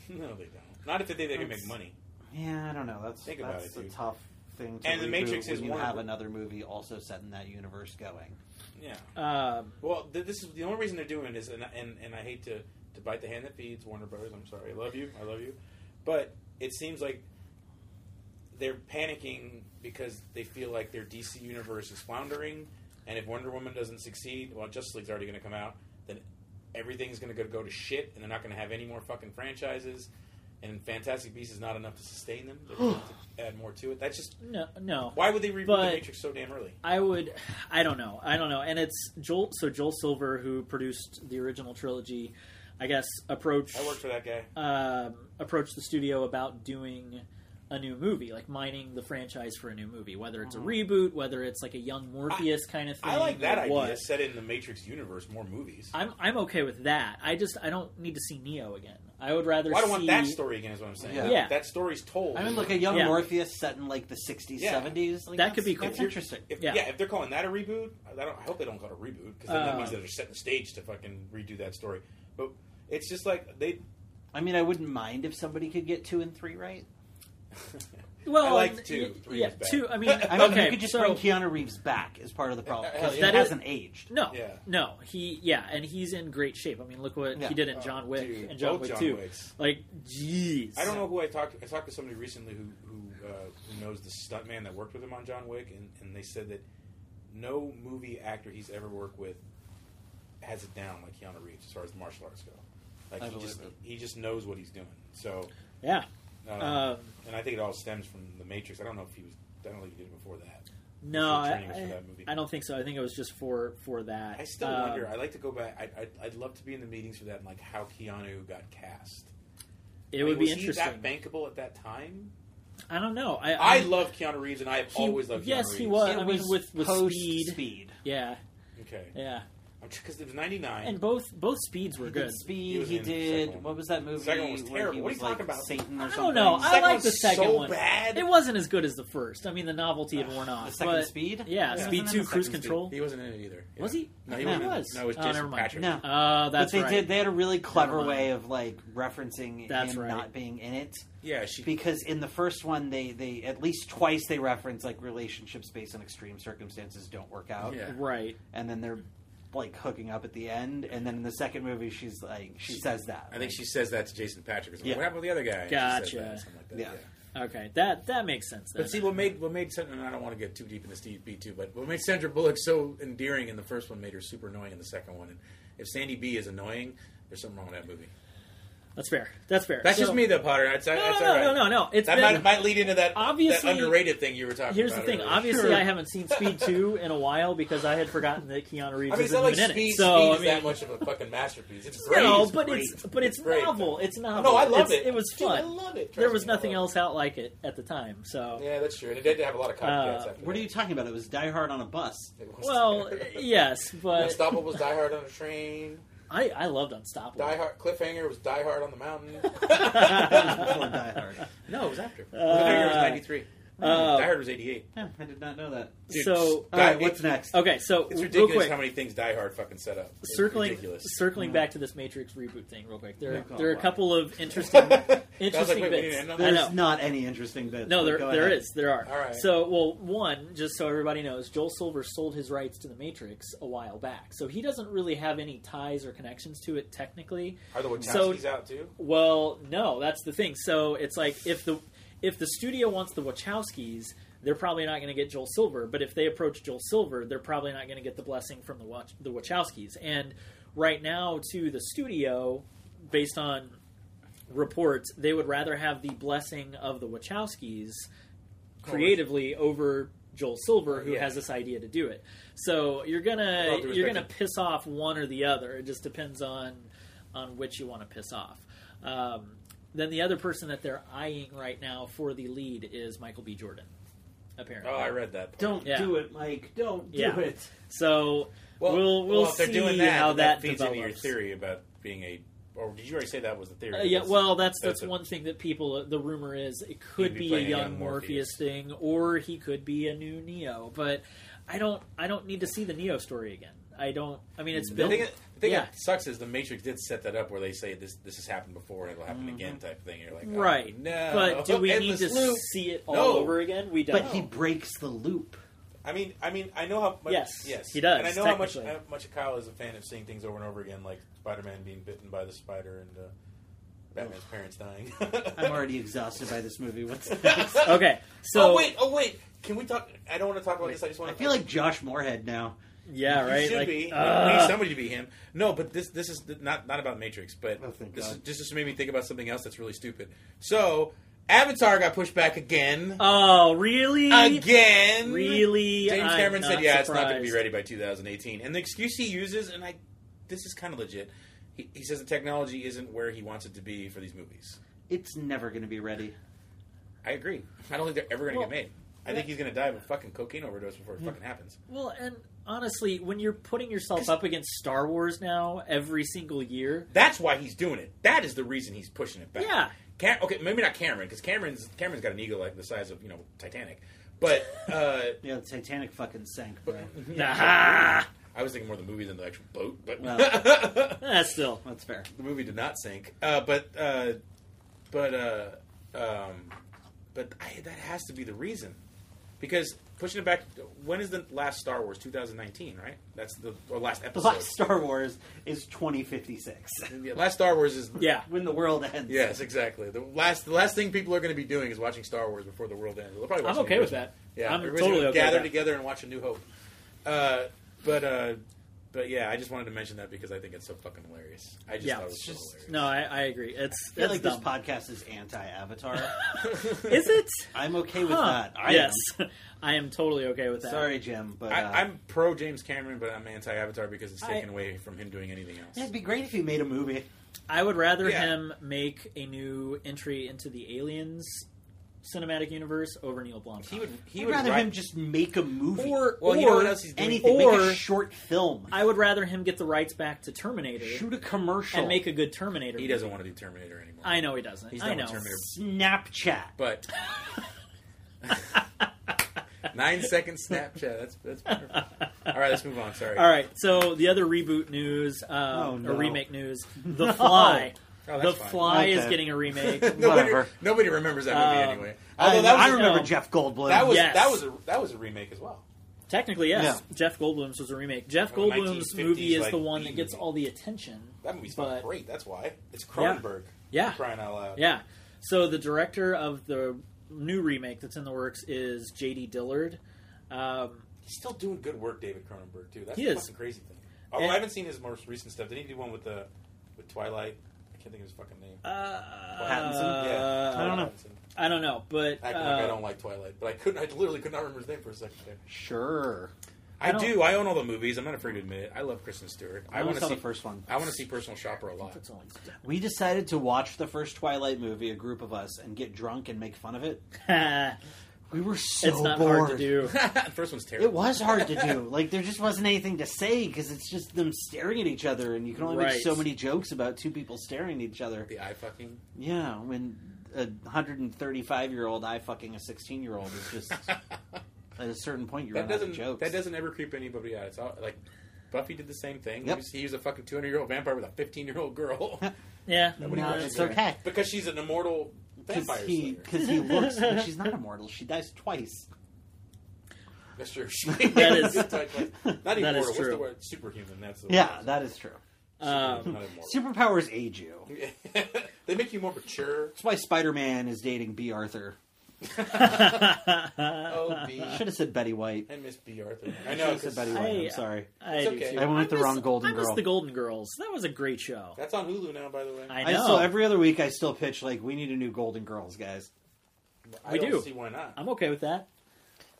Speaker 2: don't. no, they don't. Not if they think they can make
Speaker 4: That's-
Speaker 2: money.
Speaker 4: Yeah, I don't know. That's
Speaker 2: Think about
Speaker 4: that's
Speaker 2: it,
Speaker 4: a
Speaker 2: dude.
Speaker 4: tough thing. To
Speaker 2: And The
Speaker 4: reboot
Speaker 2: Matrix is
Speaker 4: when you
Speaker 2: one of
Speaker 4: have
Speaker 2: the-
Speaker 4: another movie also set in that universe going.
Speaker 2: Yeah.
Speaker 3: Um,
Speaker 2: Well, th- this is the only reason they're doing it is, and and and I hate to to bite the hand that feeds Warner Brothers. I'm sorry. I love you. I love you. But it seems like they're panicking because they feel like their DC universe is floundering, and if Wonder Woman doesn't succeed, well, Justice League's already going to come out. Then everything's going to go to shit, and they're not going to have any more fucking franchises. And Fantastic Beasts is not enough to sustain them. They're going to have to add more to it. That's just
Speaker 3: no, no.
Speaker 2: why would they reboot
Speaker 3: But-
Speaker 2: the Matrix so damn early?
Speaker 3: I would, I don't know, I don't know, and it's Joel. So Joel Silver, who produced the original trilogy, I guess approached
Speaker 2: I worked for that guy.
Speaker 3: um, approached the studio about doing a new movie, like mining the franchise for a new movie, whether it's a reboot, whether it's like a young Morpheus kind of thing.
Speaker 2: Mm. I like that
Speaker 3: or
Speaker 2: idea.
Speaker 3: what.
Speaker 2: Set it in the Matrix universe, more movies.
Speaker 3: I'm I'm okay with that. I just I don't need to see Neo again. I would rather.
Speaker 2: Well, I don't want
Speaker 3: see-
Speaker 2: that story again. Is what I'm saying.
Speaker 4: Yeah.
Speaker 3: Yeah.
Speaker 2: That story's told.
Speaker 4: I mean, look, a young
Speaker 3: Yeah.
Speaker 4: Morpheus set in like the 60s,
Speaker 2: Yeah.
Speaker 4: 70s. Like,
Speaker 3: That
Speaker 4: that's-
Speaker 3: could be cool.
Speaker 4: That's interesting.
Speaker 2: If,
Speaker 3: yeah.
Speaker 2: yeah. If they're calling that a reboot, I, don't, I hope they don't call it a reboot because then that means that they're setting the stage to fucking redo that story. But it's just like they.
Speaker 4: I mean, I wouldn't mind if somebody could get two and three right.
Speaker 3: Well,
Speaker 2: I liked
Speaker 3: and-
Speaker 2: two.
Speaker 3: y-
Speaker 2: Three
Speaker 3: yeah,
Speaker 2: was bad.
Speaker 3: two. I mean,
Speaker 4: I mean,
Speaker 3: okay,
Speaker 4: you could just
Speaker 3: so,
Speaker 4: bring Keanu Reeves back as part of the problem because he
Speaker 2: That
Speaker 3: is-
Speaker 4: hasn't aged.
Speaker 3: No,
Speaker 2: Yeah.
Speaker 3: no, he yeah, and he's in great shape. I mean, look what
Speaker 4: Yeah.
Speaker 3: he did in
Speaker 2: Oh,
Speaker 3: John Wick
Speaker 2: dude,
Speaker 3: and John
Speaker 2: both
Speaker 3: Wick
Speaker 2: John
Speaker 3: Two.
Speaker 2: Wicks.
Speaker 3: Like, jeez,
Speaker 2: I don't know who I talked. I talked to somebody recently who who, uh, who knows the stuntman that worked with him on John Wick, and, and they said that no movie actor he's ever worked with has it down like Keanu Reeves as far as martial arts go. Like
Speaker 4: I
Speaker 2: he just
Speaker 4: believe
Speaker 2: he just knows what he's doing. So.
Speaker 3: Yeah,
Speaker 2: Um,
Speaker 3: Um,
Speaker 2: and I think it all stems from The Matrix. I don't know if he was. I don't think he did it before that.
Speaker 3: no,
Speaker 2: Before
Speaker 3: I,
Speaker 2: training was for
Speaker 3: I,
Speaker 2: that movie.
Speaker 3: I don't think so. I think it was just for for that.
Speaker 2: I still
Speaker 3: Um,
Speaker 2: wonder. I like to go back. I, I, I'd love to be in the meetings for that and like how Keanu got cast. I
Speaker 3: It
Speaker 2: mean,
Speaker 3: would be
Speaker 2: was
Speaker 3: interesting.
Speaker 2: He that bankable at that time.
Speaker 3: I don't know. I
Speaker 2: I,
Speaker 3: I-
Speaker 2: love Keanu Reeves, and I have
Speaker 3: He-
Speaker 2: always loved.
Speaker 3: yes,
Speaker 2: Keanu Reeves.
Speaker 3: he was. I
Speaker 4: It
Speaker 3: mean,
Speaker 4: was
Speaker 3: with- with
Speaker 4: post
Speaker 3: speed.
Speaker 4: speed.
Speaker 3: Yeah,
Speaker 2: Okay,
Speaker 3: yeah,
Speaker 2: because it was ninety
Speaker 3: and
Speaker 2: nine.
Speaker 3: both both speeds were
Speaker 4: He
Speaker 3: good.
Speaker 4: did
Speaker 2: He
Speaker 4: speed.
Speaker 2: was
Speaker 4: He
Speaker 2: in the second
Speaker 4: did.
Speaker 2: one.
Speaker 4: What was that movie?
Speaker 2: Second one was
Speaker 4: where
Speaker 2: terrible.
Speaker 4: he
Speaker 2: What are
Speaker 4: was
Speaker 2: you
Speaker 4: like
Speaker 2: talking about?
Speaker 4: Satan or
Speaker 3: I
Speaker 4: something.
Speaker 3: don't know. I
Speaker 2: Second
Speaker 3: like
Speaker 2: one's
Speaker 3: the second
Speaker 2: so
Speaker 3: one.
Speaker 2: bad.
Speaker 3: It wasn't as good as the first. I mean, the novelty had worn off.
Speaker 4: The second
Speaker 3: but-
Speaker 4: speed?
Speaker 3: Yeah,
Speaker 4: Yeah.
Speaker 3: Speed
Speaker 4: Wasn't
Speaker 3: Two
Speaker 4: in the
Speaker 3: Cruise
Speaker 4: second
Speaker 3: Control.
Speaker 2: He wasn't in it either. Yeah.
Speaker 3: Was he?
Speaker 2: No, he
Speaker 4: No,
Speaker 2: wasn't.
Speaker 4: he
Speaker 2: in it.
Speaker 3: was.
Speaker 2: No, it was
Speaker 3: Oh,
Speaker 2: Jason
Speaker 3: never mind.
Speaker 2: Patrick.
Speaker 4: No.
Speaker 3: Oh, that's
Speaker 4: but they
Speaker 3: right.
Speaker 4: did. They had a really clever
Speaker 3: mind.
Speaker 4: way of like referencing
Speaker 3: That's
Speaker 4: him
Speaker 3: right.
Speaker 4: not being in it.
Speaker 2: Yeah, she.
Speaker 4: because in the first one they they at least twice they reference like relationships based on extreme circumstances don't work out
Speaker 2: Yeah.
Speaker 3: Right.
Speaker 4: and then they're like hooking up at the end, and then in the second movie, she's like she, says that.
Speaker 2: I think she says that to Jason Patrick. It's Like,
Speaker 4: Yeah.
Speaker 2: What happened with the other guy? And she says
Speaker 3: Gotcha.
Speaker 2: that, something like that,
Speaker 4: Yeah.
Speaker 3: Okay, that that makes sense. Then.
Speaker 2: But see, what made what made Sandra, and I don't want to get too deep into Steve B too, but what made Sandra Bullock so endearing in the first one made her super annoying in the second one. And if Sandy B is annoying, there's something wrong with that movie.
Speaker 3: that's fair. That's fair.
Speaker 2: That's
Speaker 3: So-
Speaker 2: just me, though, Potter. That's,
Speaker 3: No,
Speaker 2: that's
Speaker 3: no,
Speaker 2: all
Speaker 3: no,
Speaker 2: right.
Speaker 3: no, no, no. It's
Speaker 2: That might,
Speaker 3: been-
Speaker 2: might lead into that,
Speaker 3: Obviously-
Speaker 2: that underrated thing you were talking
Speaker 3: Here's the
Speaker 2: about.
Speaker 3: thing.
Speaker 2: earlier.
Speaker 3: Obviously, I haven't seen Speed Two in a while because I had forgotten that Keanu Reeves
Speaker 2: I mean, it's
Speaker 3: isn't
Speaker 2: not like
Speaker 3: even in
Speaker 2: Speed,
Speaker 3: it. So
Speaker 2: Speed
Speaker 3: I
Speaker 2: is
Speaker 3: mean,
Speaker 2: that much of a fucking masterpiece. It's great.
Speaker 3: no,
Speaker 2: it's
Speaker 3: but
Speaker 2: great.
Speaker 3: it's but it's,
Speaker 2: great.
Speaker 3: novel. It's novel.
Speaker 2: No, I love
Speaker 3: It's-
Speaker 2: it.
Speaker 3: It was
Speaker 2: Dude,
Speaker 3: fun.
Speaker 2: I love it. Trust
Speaker 3: there was
Speaker 2: me, I
Speaker 3: nothing
Speaker 2: love
Speaker 3: else out like it at the time. So
Speaker 2: it. Yeah, that's true. And it did have a lot of copycats
Speaker 3: Uh,
Speaker 2: after
Speaker 4: what are you talking about? It was Die Hard on a bus.
Speaker 2: that. It was-
Speaker 3: well, yes, but
Speaker 2: Unstoppable was Die Hard on a Train.
Speaker 3: I I loved Unstoppable.
Speaker 2: Die Hard Cliffhanger was Die Hard on the Mountain.
Speaker 4: That was before Die Hard.
Speaker 2: no, it was after. Cliffhanger
Speaker 3: Uh,
Speaker 2: was 93.
Speaker 3: uh,
Speaker 2: Die Hard was 88.
Speaker 4: Yeah, I did not know that.
Speaker 2: Dude,
Speaker 3: So-
Speaker 4: All right, what's next?
Speaker 3: Okay, so
Speaker 2: It's
Speaker 3: real
Speaker 2: ridiculous
Speaker 3: quick,
Speaker 2: how many things Die Hard fucking set up. It's
Speaker 3: circling
Speaker 2: ridiculous.
Speaker 3: circling back to this Matrix reboot thing real quick. There
Speaker 4: Oh,
Speaker 3: there are a
Speaker 4: wow.
Speaker 3: couple of interesting
Speaker 2: I was like,
Speaker 3: interesting
Speaker 2: wait, wait,
Speaker 3: bits.
Speaker 2: wait, no,
Speaker 3: I
Speaker 4: There's
Speaker 3: know.
Speaker 4: not any interesting bit.
Speaker 3: No, there, there is. There are.
Speaker 2: All right.
Speaker 3: So, well, one, just so everybody knows, Joel Silver sold his rights to The Matrix a while back. So he doesn't really have any ties or connections to it technically.
Speaker 2: Are the
Speaker 3: So-
Speaker 2: Wachowskis out too?
Speaker 3: Well, no, that's the thing. So it's like if the if the studio wants the Wachowskis, they're probably not going to get Joel Silver. But if they approach Joel Silver, they're probably not going to get the blessing from the Wach- the Wachowskis. And right now, to the studio, based on reports, they would rather have the blessing of the Wachowskis creatively over Joel Silver, who
Speaker 2: Yeah.
Speaker 3: has this idea to do it. So you're gonna
Speaker 2: Well, there was
Speaker 3: you're
Speaker 2: that-
Speaker 3: gonna piss off one or the other. It just depends on on which you want to piss off. Um, then the other person that they're eyeing right now for the lead is Michael B. Jordan, apparently.
Speaker 2: Oh, I read that.
Speaker 4: Don't
Speaker 3: Yeah.
Speaker 4: do it, Mike. Don't do
Speaker 3: Yeah.
Speaker 4: it.
Speaker 3: So
Speaker 2: Well,
Speaker 3: we'll we'll
Speaker 2: well, if
Speaker 3: see
Speaker 2: they're doing that,
Speaker 3: how
Speaker 2: then that,
Speaker 3: that,
Speaker 2: feeds
Speaker 3: develops.
Speaker 2: into your theory about being a. Or did you already say that was the theory?
Speaker 3: Uh, yeah,
Speaker 2: That's-
Speaker 3: well, that's that's,
Speaker 2: a-
Speaker 3: one thing that people. uh, The rumor is it could
Speaker 2: be
Speaker 3: be, a
Speaker 2: playing a
Speaker 3: young,
Speaker 2: young
Speaker 3: Morpheus.
Speaker 2: Morpheus.
Speaker 3: thing, or he could be a new Neo. But I don't. I don't need to see the Neo story again. I don't. I mean, it's
Speaker 2: The
Speaker 3: built.
Speaker 2: thing, that- the thing
Speaker 3: Yeah.
Speaker 2: that sucks is the Matrix did set that up where they say this this has happened before and it'll happen again type thing. You're like, oh,
Speaker 3: Mm-hmm. Right,
Speaker 2: No,
Speaker 3: but do we need
Speaker 2: Endless
Speaker 3: to
Speaker 2: loop.
Speaker 3: see it all
Speaker 2: No.
Speaker 3: over again? We don't.
Speaker 4: But he breaks the loop.
Speaker 2: I mean, I mean, I know how much.
Speaker 3: Yes,
Speaker 2: yes,
Speaker 3: he does,
Speaker 2: And I know how much
Speaker 3: technically.
Speaker 2: how much Kyle is a fan of seeing things over and over again, like Spider-Man being bitten by the spider and uh, Batman's parents dying.
Speaker 4: I'm already exhausted by this movie. What's
Speaker 3: okay, so
Speaker 2: oh wait, oh wait. Can we talk? I don't want to talk about this. I just want
Speaker 4: I
Speaker 2: to.
Speaker 4: feel like Josh Moorhead now.
Speaker 3: yeah,
Speaker 2: You
Speaker 3: right.
Speaker 2: should
Speaker 3: like,
Speaker 2: be.
Speaker 3: uh,
Speaker 2: We need somebody to be him. No, but this this is th- not not about Matrix, but
Speaker 4: Oh, thank
Speaker 2: this
Speaker 4: God.
Speaker 2: is, this just made me think about something else that's really stupid. So Avatar got pushed back again.
Speaker 3: oh, really?
Speaker 2: Again,
Speaker 3: Really?
Speaker 2: James
Speaker 3: I'm
Speaker 2: Cameron said,
Speaker 3: not
Speaker 2: "Yeah, it's not going to be
Speaker 3: surprised.
Speaker 2: ready by 2018." And the excuse he uses, and I, this is kind of legit. He, he says the technology isn't where he wants it to be for these movies.
Speaker 4: It's never going to be ready.
Speaker 2: I agree. I don't think they're ever going to
Speaker 3: Well, Hmm.
Speaker 2: get made. I think he's going to die of a fucking cocaine overdose before it fucking happens.
Speaker 3: Well, and honestly, when you're putting yourself up against Star Wars now every single year,
Speaker 2: That's why he's doing it. That is the reason he's pushing it back.
Speaker 3: Yeah.
Speaker 2: Cam- okay, maybe not Cameron because Cameron's Cameron's got an ego like the size of you know Titanic, but uh,
Speaker 4: Yeah, the Titanic fucking sank, bro.
Speaker 3: nah,
Speaker 2: I was thinking more of the movie than the actual boat. But
Speaker 3: that's still
Speaker 4: That's fair.
Speaker 2: the movie did not sink. Uh, but uh, but uh, um, but I, that has to be the reason because pushing it back. When is the last Star Wars? 2019, right? That's the or last
Speaker 4: The
Speaker 2: episode.
Speaker 4: last Star Wars is 2056
Speaker 2: Yeah, last Star Wars is
Speaker 3: yeah.
Speaker 4: when the world ends.
Speaker 2: Yes, exactly. The last the last thing people are going to be doing is watching Star Wars before the world ends. They'll probably watch
Speaker 3: I'm
Speaker 2: it
Speaker 3: okay
Speaker 2: in
Speaker 3: with
Speaker 2: person.
Speaker 3: that.
Speaker 2: Yeah,
Speaker 3: I'm
Speaker 2: everybody's
Speaker 3: totally
Speaker 2: gonna
Speaker 3: okay
Speaker 2: Gather
Speaker 3: with that.
Speaker 2: together and watch A New Hope. Uh, but uh, but yeah, I just wanted to mention that because I think it's so fucking hilarious. I just
Speaker 3: Yeah,
Speaker 2: thought it was
Speaker 3: it's
Speaker 2: so
Speaker 4: just-
Speaker 2: hilarious.
Speaker 3: No, I, I agree. It's
Speaker 4: I feel
Speaker 3: it's
Speaker 4: like
Speaker 3: dumb.
Speaker 4: this podcast is anti-Avatar.
Speaker 3: Is it?
Speaker 4: I'm okay with
Speaker 3: Huh.
Speaker 4: that. I
Speaker 3: yes, I am totally okay with
Speaker 4: am.
Speaker 3: that.
Speaker 4: Sorry, Jim, but uh,
Speaker 2: I, I'm pro James Cameron, but I'm anti Avatar because it's
Speaker 3: I-
Speaker 2: taken away from him doing anything else.
Speaker 4: it'd be great if you made a movie.
Speaker 3: I would rather
Speaker 2: Yeah.
Speaker 3: him make a new entry into the Aliens cinematic universe over Neil Blomkamp.
Speaker 2: He would. He
Speaker 4: I'd
Speaker 2: would
Speaker 4: rather
Speaker 2: write-
Speaker 4: him just make a movie
Speaker 3: Or-
Speaker 2: Well, you know
Speaker 3: or
Speaker 2: what else he's doing?
Speaker 4: anything,
Speaker 3: Or-
Speaker 4: make a short film,
Speaker 3: I would rather him get the rights back to Terminator
Speaker 4: shoot a commercial,
Speaker 3: and make a good Terminator.
Speaker 2: He
Speaker 3: movie.
Speaker 2: doesn't want to do Terminator anymore.
Speaker 3: I know he doesn't.
Speaker 2: He's
Speaker 3: I
Speaker 2: done
Speaker 3: know.
Speaker 2: with Terminator.
Speaker 4: Snapchat.
Speaker 2: But nine second Snapchat. That's that's perfect. All right. Let's move on. Sorry.
Speaker 3: All right. So the other reboot news um,
Speaker 4: Oh, no.
Speaker 3: or remake news, The Fly.
Speaker 2: Oh,
Speaker 3: the
Speaker 2: that's fine.
Speaker 3: Fly is
Speaker 4: Okay.
Speaker 3: getting a remake.
Speaker 2: Nobody,
Speaker 4: Whatever.
Speaker 2: nobody remembers that movie
Speaker 3: Um,
Speaker 2: anyway.
Speaker 4: I,
Speaker 2: Although that
Speaker 4: I
Speaker 2: was,
Speaker 3: re-
Speaker 4: remember
Speaker 3: no.
Speaker 4: Jeff Goldblum.
Speaker 2: that was
Speaker 3: Yes.
Speaker 2: that was a that was a remake as well.
Speaker 3: Technically, yes.
Speaker 4: Yeah.
Speaker 3: Jeff Goldblum's was a remake. Jeff
Speaker 5: One of the
Speaker 3: Goldblum's
Speaker 5: 1950s,
Speaker 3: movie is
Speaker 5: like,
Speaker 3: the one
Speaker 5: B
Speaker 3: that gets
Speaker 5: movie.
Speaker 3: all the attention.
Speaker 5: That movie's
Speaker 3: but-
Speaker 5: fucking great. That's why it's Cronenberg.
Speaker 3: Yeah.
Speaker 5: crying out loud.
Speaker 3: Yeah. So the director of the new remake that's in the works is J.D. Dillard. Um,
Speaker 5: he's still doing good work, David Cronenberg too. That's
Speaker 3: He
Speaker 5: the
Speaker 3: is.
Speaker 5: fucking crazy thing. Although
Speaker 3: And-
Speaker 5: I haven't seen his most recent stuff. Did he do one with the with Twilight? I can't think of his fucking name.
Speaker 3: uh,
Speaker 4: Pattinson?
Speaker 5: yeah,
Speaker 4: I don't know.
Speaker 3: I don't know, but
Speaker 5: Acting
Speaker 3: uh,
Speaker 5: like I don't like Twilight, but I couldn't. I literally could not remember his name for a second there.
Speaker 4: Sure.
Speaker 2: I,
Speaker 3: I don't-
Speaker 2: do. I own all the movies. I'm not afraid to admit it. I love Kristen Stewart. I,
Speaker 4: I
Speaker 2: want
Speaker 4: only
Speaker 2: to
Speaker 4: saw
Speaker 2: see.
Speaker 4: the first one.
Speaker 2: I want to see Personal Shopper a lot.
Speaker 3: it's always
Speaker 4: We decided to watch the first Twilight movie, a group of us, and get drunk and make fun of it.
Speaker 3: done.
Speaker 4: We were so
Speaker 3: it's not
Speaker 4: bored.
Speaker 3: hard to do.
Speaker 2: the first one's terrible.
Speaker 4: It was hard to do. Like there just wasn't anything to say because it's just them staring at each other, and you can only
Speaker 3: Right.
Speaker 4: make so many jokes about two people staring at each other.
Speaker 2: The eye fucking.
Speaker 4: Yeah, when a 135 year old eye fucking a 16 year
Speaker 3: Oh,
Speaker 4: old is just at a certain point you're
Speaker 2: that
Speaker 4: out of
Speaker 2: doesn't.
Speaker 4: jokes.
Speaker 2: That doesn't ever creep anybody out. It's all, like Buffy did the same thing. He,
Speaker 4: Yep.
Speaker 2: was, he was a fucking 200 year old vampire with a 15 year old girl
Speaker 3: Yeah.
Speaker 2: Nobody
Speaker 4: no,
Speaker 2: watches
Speaker 4: it's
Speaker 2: that.
Speaker 4: okay.
Speaker 5: Because she's an immortal
Speaker 4: Because
Speaker 5: vampire
Speaker 4: he,
Speaker 5: slayer.
Speaker 4: 'cause he looks, but she's not immortal. She dies twice.
Speaker 5: That's true.
Speaker 3: That is-
Speaker 5: not
Speaker 3: is
Speaker 5: immortal. What's
Speaker 3: true.
Speaker 5: the word? Superhuman. That's the
Speaker 4: Yeah,
Speaker 5: word.
Speaker 4: that is true.
Speaker 5: Superhuman,
Speaker 3: Um,
Speaker 5: not immortal.
Speaker 4: Superpowers age you.
Speaker 5: they make you more mature.
Speaker 4: That's why Spider Man is dating B. Arthur.
Speaker 5: Oh, B.
Speaker 4: Should have said Betty White.
Speaker 5: I miss B. Arthur. I
Speaker 4: Should
Speaker 5: know.
Speaker 4: have said
Speaker 5: 'cause
Speaker 4: Betty
Speaker 3: Uh. I-
Speaker 4: White. I'm sorry.
Speaker 3: I
Speaker 5: It's
Speaker 3: do
Speaker 5: okay.
Speaker 3: too.
Speaker 4: I went with
Speaker 3: I
Speaker 4: the wrong
Speaker 3: miss-
Speaker 4: Golden
Speaker 3: I miss
Speaker 4: Girl.
Speaker 3: the Golden Girls. That was a great show.
Speaker 5: That's on Hulu now, by the way.
Speaker 3: I
Speaker 4: I,
Speaker 3: know.
Speaker 4: still every other week I still pitch like we need a new Golden Girls, guys.
Speaker 5: I
Speaker 3: we
Speaker 5: don't
Speaker 3: do.
Speaker 5: see why not.
Speaker 3: I'm okay with that.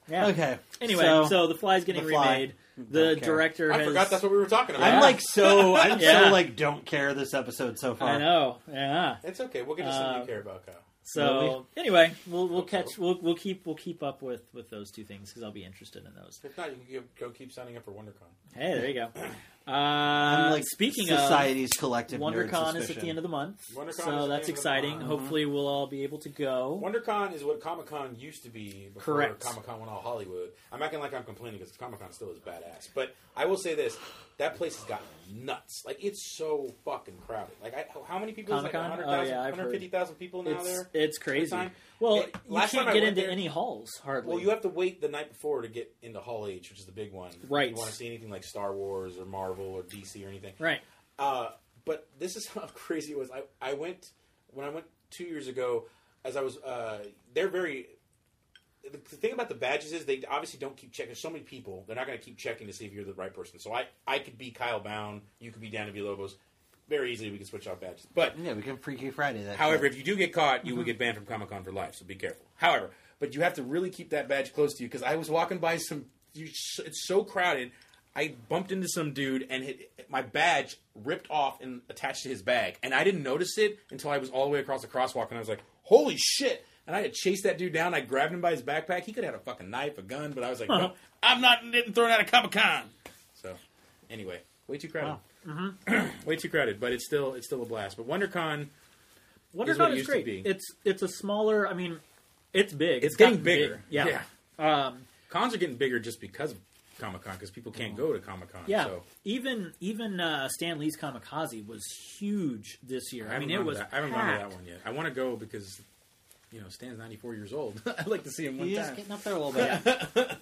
Speaker 3: Yeah.
Speaker 4: Okay.
Speaker 3: Anyway,
Speaker 4: so,
Speaker 3: so, the fly's getting
Speaker 4: The Fly. Mm,
Speaker 3: remade. The
Speaker 4: Don't care.
Speaker 3: director
Speaker 5: I
Speaker 3: has.
Speaker 5: forgot that's what we were talking about.
Speaker 4: I'm like so I'm
Speaker 3: Yeah.
Speaker 4: so like don't care this episode so far.
Speaker 3: I know. Yeah.
Speaker 5: It's okay. We'll get to something
Speaker 3: Uh,
Speaker 5: you care about, Kyle.
Speaker 3: So anyway, we'll we'll
Speaker 5: Hope so.
Speaker 3: catch we'll we'll keep we'll keep up with with those two things because I'll be interested in those.
Speaker 5: If not, you can give- go keep signing up for WonderCon.
Speaker 3: Hey, there you go.
Speaker 4: I'm
Speaker 3: Uh,
Speaker 4: like
Speaker 3: speaking of
Speaker 4: society's collective nerd
Speaker 3: WonderCon is at
Speaker 4: suspicion.
Speaker 3: the end of the month,
Speaker 5: WonderCon is at the
Speaker 3: so that's
Speaker 5: end of the
Speaker 3: exciting.
Speaker 5: month.
Speaker 3: Hopefully, we'll all be able to go.
Speaker 5: WonderCon is what Comic Con used to be before
Speaker 3: Correct.
Speaker 5: Comic Con went all Hollywood. I'm acting like I'm complaining because Comic Con still is badass. But I will say this: that place has gotten nuts. Like it's so fucking crowded. Like I, how many people? Comic
Speaker 3: Comic-Con?
Speaker 5: Like
Speaker 3: Oh,
Speaker 5: 100,000,
Speaker 3: yeah, I've heard.
Speaker 5: 150,000 people now
Speaker 3: it's
Speaker 5: there.
Speaker 3: it's crazy.
Speaker 5: time.
Speaker 3: Well,
Speaker 5: It-
Speaker 3: you
Speaker 5: last
Speaker 3: can't
Speaker 5: time I
Speaker 3: get
Speaker 5: went
Speaker 3: into
Speaker 5: there-
Speaker 3: any halls hardly.
Speaker 5: Well, you have to wait the night before to get into Hall H, which is the big one.
Speaker 3: Right.
Speaker 5: If you want to see anything like Star Wars or Marvel or DC or anything.
Speaker 3: right.
Speaker 5: Uh, but this is how crazy it was. I, I went when I went two years ago. As I was, uh, they're very. The the thing about the badges is they obviously don't keep checking. So many people, they're not going to keep checking to see if you're the right person. So I, I could be Kyle Bound, you could be Dan Villalobos. Very easily, we can switch out badges. But
Speaker 4: Yeah, we can Freaky Friday that
Speaker 2: However,
Speaker 4: shit.
Speaker 2: if you do get caught, you will get banned from Comic Con for life. So be careful. However, but you have to really keep that badge close to you because I was walking by some. You, it's so crowded. I bumped into some dude and hit, my badge ripped off and attached to his bag, and I didn't notice it until I was all the way across the crosswalk, and I was like, "Holy shit!" And I had chased that dude down. I grabbed him by his backpack. He could have had a fucking knife, a gun, but I was like, no, "I'm not getting thrown out of Comic Con." So, anyway, way too crowded. way too crowded, but it's still it's still a blast. But WonderCon. is what
Speaker 3: WonderCon
Speaker 2: it
Speaker 3: is,
Speaker 2: used to
Speaker 3: great.
Speaker 2: be.
Speaker 3: It's it's a smaller. I mean, it's big.
Speaker 2: It's getting
Speaker 3: gotten
Speaker 2: bigger.
Speaker 3: big. Yeah.
Speaker 2: Yeah.
Speaker 3: Um,
Speaker 2: Cons are getting bigger just because of Comic Con because people can't go to Comic Con.
Speaker 3: yeah.
Speaker 2: So
Speaker 3: Even even uh, Stan Lee's Kamikaze was huge this year.
Speaker 2: I,
Speaker 3: I,
Speaker 2: haven't
Speaker 3: mean,
Speaker 2: gone to
Speaker 3: it was.
Speaker 2: that. I haven't gone to
Speaker 3: packed.
Speaker 2: that one yet. I want to go because you know Stan's 94 years old. I'd like to see him one
Speaker 4: he is
Speaker 2: time.
Speaker 4: getting up there a little bit.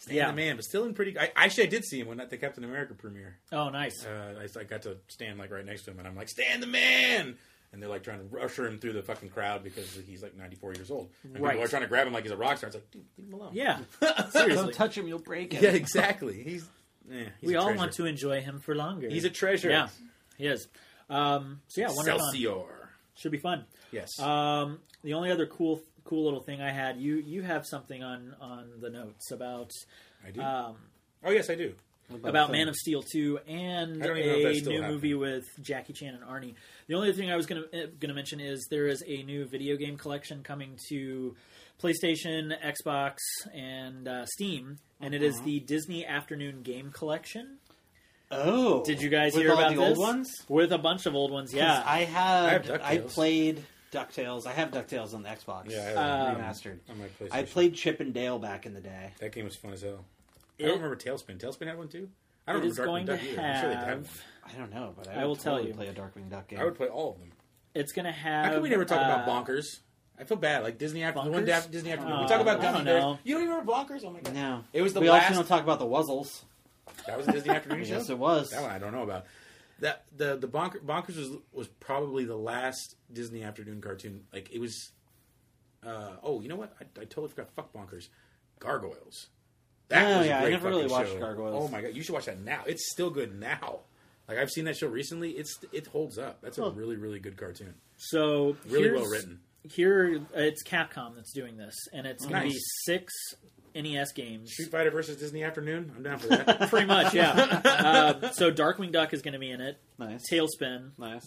Speaker 2: Stan
Speaker 3: Yeah.
Speaker 2: the man, but still in pretty. I, actually, I did see him when at the Captain America premiere.
Speaker 3: Oh, nice.
Speaker 2: Uh, I, I got to stand like right next to him, and I'm like, "Stan the man!" And they're like trying to usher him through the fucking crowd because he's like 94 years old. And
Speaker 3: Right.
Speaker 2: people are trying to grab him like he's a rock star. It's like, dude, leave him alone.
Speaker 3: Yeah.
Speaker 4: Don't
Speaker 3: Seriously.
Speaker 4: touch him, you'll break it.
Speaker 2: yeah, exactly. He's, eh, he's
Speaker 3: we
Speaker 2: a
Speaker 3: all
Speaker 2: treasure.
Speaker 3: want to enjoy him for longer.
Speaker 2: He's a treasure.
Speaker 3: Yeah, he is. Um, so yeah, WonderCon
Speaker 2: Excelsior.
Speaker 3: should be fun.
Speaker 2: Yes.
Speaker 3: Um, the only other cool cool little thing I had, you you have something on on the notes about
Speaker 2: I do.
Speaker 3: um,
Speaker 2: oh yes, I do.
Speaker 3: about Man of Steel 2 and
Speaker 2: I don't even know if that
Speaker 3: a
Speaker 2: still
Speaker 3: new
Speaker 2: happened.
Speaker 3: movie with Jackie Chan and Arnie. The only thing I was going to going to mention is there is a new video game collection coming to PlayStation, Xbox, and uh, Steam, and it
Speaker 2: Uh-huh.
Speaker 3: is the Disney Afternoon Game Collection
Speaker 4: Oh,
Speaker 3: Did you guys
Speaker 4: with
Speaker 3: hear
Speaker 4: all
Speaker 3: about
Speaker 4: the
Speaker 3: this?
Speaker 4: old ones?
Speaker 3: with a bunch of old ones.
Speaker 4: Yeah,
Speaker 3: Yeah.
Speaker 4: I had.
Speaker 2: I have
Speaker 4: I,
Speaker 2: DuckTales.
Speaker 4: played Ducktales. I have Ducktales on the Xbox.
Speaker 2: I
Speaker 3: Um,
Speaker 4: remastered.
Speaker 2: on my PlayStation.
Speaker 4: I played Chip and Dale back in the day.
Speaker 2: that game was fun as hell.
Speaker 3: It-
Speaker 2: I don't remember Tailspin. Tailspin had one too. I don't remember
Speaker 3: It is
Speaker 2: Darkwing
Speaker 3: going to
Speaker 2: Duck either. I'm sure they had
Speaker 3: have.
Speaker 2: one.
Speaker 4: I don't know, but I,
Speaker 3: I will
Speaker 4: would
Speaker 3: tell
Speaker 4: totally
Speaker 3: you.
Speaker 4: play a Darkwing Duck game.
Speaker 2: I would play all of them.
Speaker 3: It's going to have.
Speaker 2: How come we never talk
Speaker 3: uh,
Speaker 2: about Bonkers? I feel bad. Like Disney after the one
Speaker 3: Bonkers?
Speaker 2: day after Disney after we
Speaker 3: Uh,
Speaker 2: talk about
Speaker 3: I
Speaker 2: gummy
Speaker 3: don't
Speaker 2: bears.
Speaker 3: know.
Speaker 2: You don't even remember Blonkers? Oh my god,
Speaker 4: No,
Speaker 2: It was the
Speaker 4: we
Speaker 2: last-
Speaker 4: also don't talk about the Wuzzles.
Speaker 2: that was a Disney afternoon show.
Speaker 4: Yes, it was.
Speaker 2: That one I don't know about. That the the bonker, bonkers was was probably the last Disney afternoon cartoon. Like it was. Uh, oh, you know what? I, I totally forgot. Fuck bonkers, gargoyles. That
Speaker 4: Oh,
Speaker 2: was a
Speaker 4: yeah, I
Speaker 2: great
Speaker 4: never really
Speaker 2: fucking
Speaker 4: watched
Speaker 2: show. Oh
Speaker 4: Gargoyles.
Speaker 2: my god, you should watch that now. It's still good now. Like I've seen that show recently. It's it holds up. That's a really really good cartoon.
Speaker 3: So
Speaker 2: Really
Speaker 3: here's-
Speaker 2: well written.
Speaker 3: Here, it's Capcom that's doing this, and it's going to be
Speaker 2: Nice.
Speaker 3: six NES games.
Speaker 2: Street Fighter versus Disney Afternoon. I'm down for that.
Speaker 3: Pretty much, yeah. um, so Darkwing Duck is going to be in it.
Speaker 4: Nice.
Speaker 3: Tailspin,
Speaker 4: Nice.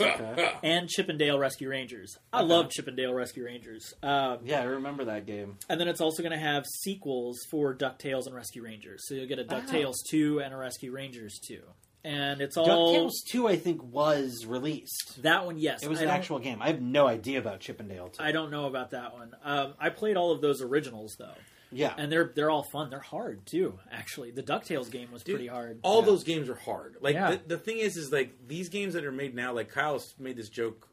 Speaker 4: Okay.
Speaker 3: and Chippendale Rescue Rangers. I love Chippendale Rescue Rangers. Um,
Speaker 4: Yeah, I remember that game.
Speaker 3: and then it's also going to have sequels for Ducktales and Rescue Rangers. So you'll get a
Speaker 4: Ah.
Speaker 3: Ducktales two and a Rescue Rangers two, and it's all
Speaker 4: DuckTales 2, I think, was released.
Speaker 3: that one. Yes,
Speaker 4: It was
Speaker 3: I
Speaker 4: an
Speaker 3: don't-
Speaker 4: actual game. I have no idea about Chippendale 2.
Speaker 3: I don't know about that one. Um, I played all of those originals though,
Speaker 4: yeah.
Speaker 3: and they're they're all fun. They're hard too. Actually, the Ducktales game was pretty hard.
Speaker 2: All
Speaker 4: Yeah.
Speaker 2: those games are hard. Like
Speaker 3: Yeah.
Speaker 2: the, the thing is, is like these games that are made now. Like Kyle made this joke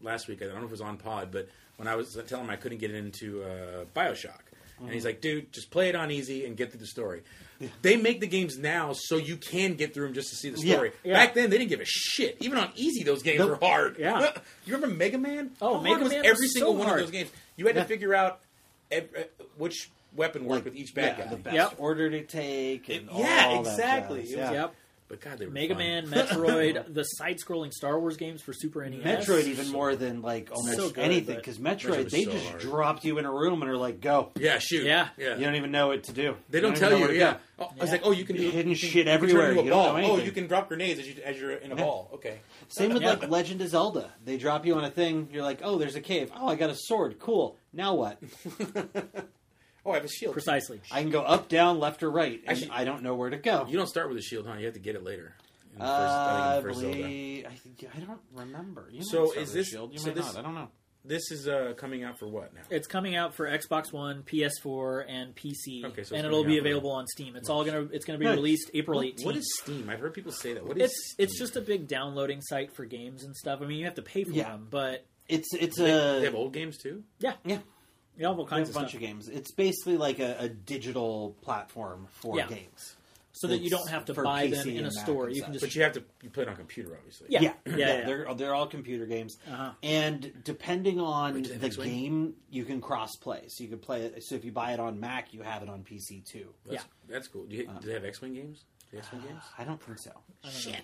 Speaker 2: last week. I don't know if it was on Pod, but when I was uh, telling him I couldn't get into uh, Bioshock, and
Speaker 3: Mm-hmm.
Speaker 2: he's like, "Dude, just play it on easy and get through the story." They make the games now so you can get through them just to see the
Speaker 4: Yeah.
Speaker 2: story.
Speaker 3: Yeah.
Speaker 2: Back then, they didn't give a shit. Even on easy, those games
Speaker 4: Nope.
Speaker 2: were hard.
Speaker 3: Yeah.
Speaker 2: you remember Mega Man?
Speaker 3: Oh,
Speaker 2: How hard
Speaker 3: Mega
Speaker 2: was
Speaker 3: Man was
Speaker 2: every
Speaker 3: so
Speaker 2: single one
Speaker 3: hard.
Speaker 2: of those games. You had
Speaker 4: Yeah.
Speaker 2: to figure out ev- uh, which weapon worked with
Speaker 4: Like,
Speaker 2: each bad
Speaker 4: yeah,
Speaker 2: guy.
Speaker 4: The best
Speaker 3: Yep.
Speaker 4: order to take. And
Speaker 2: It-
Speaker 4: all,
Speaker 2: yeah,
Speaker 4: all that
Speaker 2: exactly.
Speaker 4: jazz.
Speaker 2: It was-
Speaker 4: Yeah.
Speaker 3: Yep.
Speaker 2: But God, they were
Speaker 3: Mega
Speaker 2: fun.
Speaker 3: Man, Metroid, the side-scrolling Star Wars games for Super E NES.
Speaker 4: Metroid even more than like almost
Speaker 3: So good,
Speaker 4: anything
Speaker 3: but-
Speaker 4: because
Speaker 2: Metroid
Speaker 4: Metroid
Speaker 2: was
Speaker 4: they
Speaker 2: so
Speaker 4: just
Speaker 2: hard.
Speaker 4: dropped you in a room and are like go
Speaker 2: Yeah, shoot.
Speaker 3: Yeah.
Speaker 2: yeah.
Speaker 4: you don't even know what to do
Speaker 2: They
Speaker 4: You
Speaker 2: don't,
Speaker 4: even know
Speaker 2: tell
Speaker 4: where
Speaker 2: you.
Speaker 4: to
Speaker 2: Yeah.
Speaker 4: go.
Speaker 2: Oh, I was like, oh, you can do
Speaker 4: Hidden
Speaker 2: you
Speaker 4: shit
Speaker 2: can- you can turn
Speaker 4: everywhere.
Speaker 2: into a
Speaker 4: You don't
Speaker 2: ball.
Speaker 4: know
Speaker 2: oh,
Speaker 4: anything.
Speaker 2: you can drop grenades as, you, as you're in a ball. Okay.
Speaker 4: same with
Speaker 3: Yeah.
Speaker 4: like Legend of Zelda they drop you on a thing you're like oh there's a cave oh I got a sword cool now what
Speaker 2: Oh, I have a shield.
Speaker 3: Precisely.
Speaker 4: I can go up down left or right and
Speaker 2: Actually-
Speaker 4: I don't know where to go
Speaker 2: You don't start with a shield, huh? You have to get it later. In the
Speaker 4: Uh, I
Speaker 2: first- think in the first Zelda.
Speaker 4: believe I, think- I don't remember. You might
Speaker 2: So
Speaker 4: start
Speaker 2: is
Speaker 4: with
Speaker 2: this-
Speaker 4: Shield. You
Speaker 2: so
Speaker 4: might
Speaker 2: this-
Speaker 4: not. I don't know.
Speaker 2: This is uh, coming out for what now?
Speaker 3: It's coming out for Xbox One, PS4, and PC,
Speaker 2: Okay, so it's
Speaker 3: and it'll
Speaker 2: coming
Speaker 3: be
Speaker 2: out
Speaker 3: available on Steam. It's all gonna it's gonna be
Speaker 4: Nice.
Speaker 3: released April
Speaker 2: What-
Speaker 3: eighteenth.
Speaker 2: What is Steam? I've heard people say that. What is
Speaker 3: it's it's
Speaker 2: Steam?
Speaker 3: just a big downloading site for games and stuff. I mean, you have to pay for
Speaker 4: Yeah.
Speaker 3: them, but
Speaker 4: It's it's
Speaker 2: They,
Speaker 4: a
Speaker 2: they have old games too.
Speaker 3: yeah,
Speaker 4: yeah.
Speaker 3: you have all
Speaker 4: They
Speaker 3: kinds
Speaker 4: have a
Speaker 3: of
Speaker 4: bunch of
Speaker 3: stuff,
Speaker 4: games. It's basically like a, a digital platform for
Speaker 3: Yeah.
Speaker 4: games.
Speaker 3: so that you
Speaker 4: it's
Speaker 3: don't have to
Speaker 4: for
Speaker 3: buy
Speaker 4: PC
Speaker 3: them in
Speaker 4: and
Speaker 3: a
Speaker 4: Mac
Speaker 3: store.
Speaker 4: and
Speaker 3: You can
Speaker 4: such.
Speaker 3: just
Speaker 2: But you have to you play it on computer, obviously.
Speaker 3: yeah, yeah, yeah, yeah.
Speaker 4: They're they're all computer games,
Speaker 3: Uh-huh.
Speaker 4: and depending on
Speaker 2: Wait, do they
Speaker 4: the
Speaker 2: next week?
Speaker 4: game, you can cross play. So you could play it. So if you buy it on Mac, you have it on PC too.
Speaker 2: that's, that's cool. Do, you, do they have X Wing games? X Wing games?
Speaker 4: I don't think so,
Speaker 2: Shit.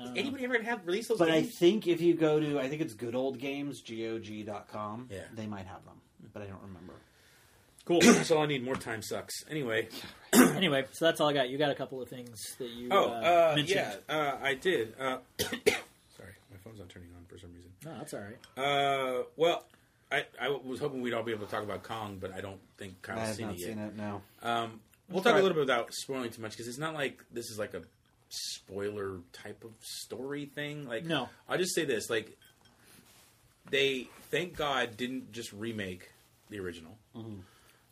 Speaker 2: Is anybody ever gonna have release those
Speaker 4: but I
Speaker 2: games?
Speaker 4: think if you go to I think it's Good Old Games GOG.com,
Speaker 2: Yeah.
Speaker 4: they might have them, but I don't remember.
Speaker 2: cool. that's all I need. More time sucks. Anyway.
Speaker 3: Anyway, so that's all I got. You got a couple of things that you
Speaker 2: Oh, uh,
Speaker 3: uh, mentioned.
Speaker 2: yeah, uh, I did. Uh, sorry, my phone's not turning on for some reason.
Speaker 3: No, that's all right.
Speaker 2: Uh, well, I, I was hoping we'd all be able to talk about Kong, but I don't think
Speaker 4: I
Speaker 2: Kyle's
Speaker 4: have
Speaker 2: seen
Speaker 4: not
Speaker 2: it yet.
Speaker 4: seen it. No.
Speaker 2: We'll talk a little bit without spoiling too much because it's not like this is like a spoiler type of story thing. Like,
Speaker 3: No.
Speaker 2: I'll just say this: like, they thank God didn't just remake the original.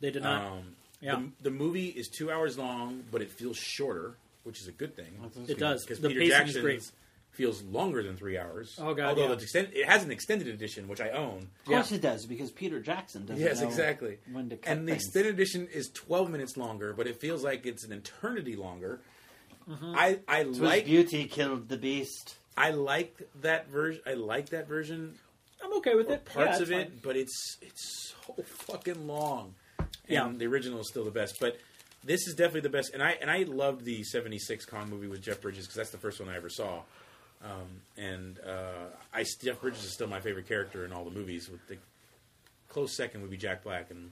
Speaker 3: They did not.
Speaker 2: Um,
Speaker 3: Uh-huh. yeah,
Speaker 2: the, the movie is two hours long, but it feels shorter, which is a good thing.
Speaker 3: it does.
Speaker 2: because
Speaker 3: The
Speaker 2: Peter
Speaker 3: pacing
Speaker 2: Jackson's
Speaker 3: is great.
Speaker 2: feels longer than three hours.
Speaker 3: Oh, God,
Speaker 2: Although
Speaker 3: yeah.
Speaker 2: it's extend- it has an extended edition, which I own.
Speaker 4: Of course it does because Peter Jackson doesn't.
Speaker 2: Yes,
Speaker 4: know
Speaker 2: exactly.
Speaker 4: When to cut
Speaker 2: and the
Speaker 4: things.
Speaker 2: extended edition is twelve minutes longer, but it feels like it's an eternity longer.
Speaker 4: Mm-hmm.
Speaker 2: I I
Speaker 4: Twas
Speaker 2: like
Speaker 4: beauty killed the beast.
Speaker 2: I like that version. I like that version
Speaker 3: I'm okay with
Speaker 2: or
Speaker 3: it.
Speaker 2: parts
Speaker 3: Yeah,
Speaker 2: of
Speaker 3: it's
Speaker 2: it,
Speaker 3: fine.
Speaker 2: but it's it's so fucking long. And
Speaker 3: Yeah.
Speaker 2: the original is still the best, but this is definitely the best. And I and I loved the '76 Kong movie with Jeff Bridges because that's the first one I ever saw. Um, and uh, I Jeff Bridges is still my favorite character in all the movies. With the close second would be Jack Black and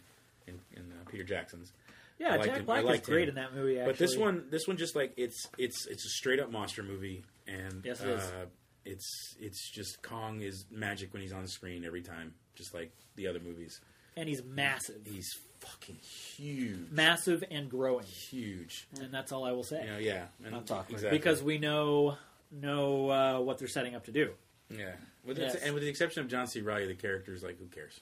Speaker 2: and, and uh, Peter Jackson's.
Speaker 3: Yeah,
Speaker 2: I liked
Speaker 3: Jack
Speaker 2: him.
Speaker 3: Black
Speaker 2: I
Speaker 3: is
Speaker 2: liked
Speaker 3: great
Speaker 2: him.
Speaker 3: in that movie. Actually.
Speaker 2: But this one, this one, just like it's it's it's a straight up monster movie, and
Speaker 3: Yes, it is.
Speaker 2: uh, it's it's just Kong is magic when he's on the screen every time, just like the other movies.
Speaker 3: and he's massive,
Speaker 2: He's fucking huge,
Speaker 3: massive and growing,
Speaker 2: huge.
Speaker 3: and that's all I will say.
Speaker 2: You know, yeah, and
Speaker 4: That's awkward.
Speaker 2: exactly.
Speaker 3: because we know know uh, what they're setting up to do.
Speaker 2: yeah, with
Speaker 3: Yes.
Speaker 2: the, and with the exception of John C. Riley, the character is like who
Speaker 3: Mm-hmm.
Speaker 2: cares?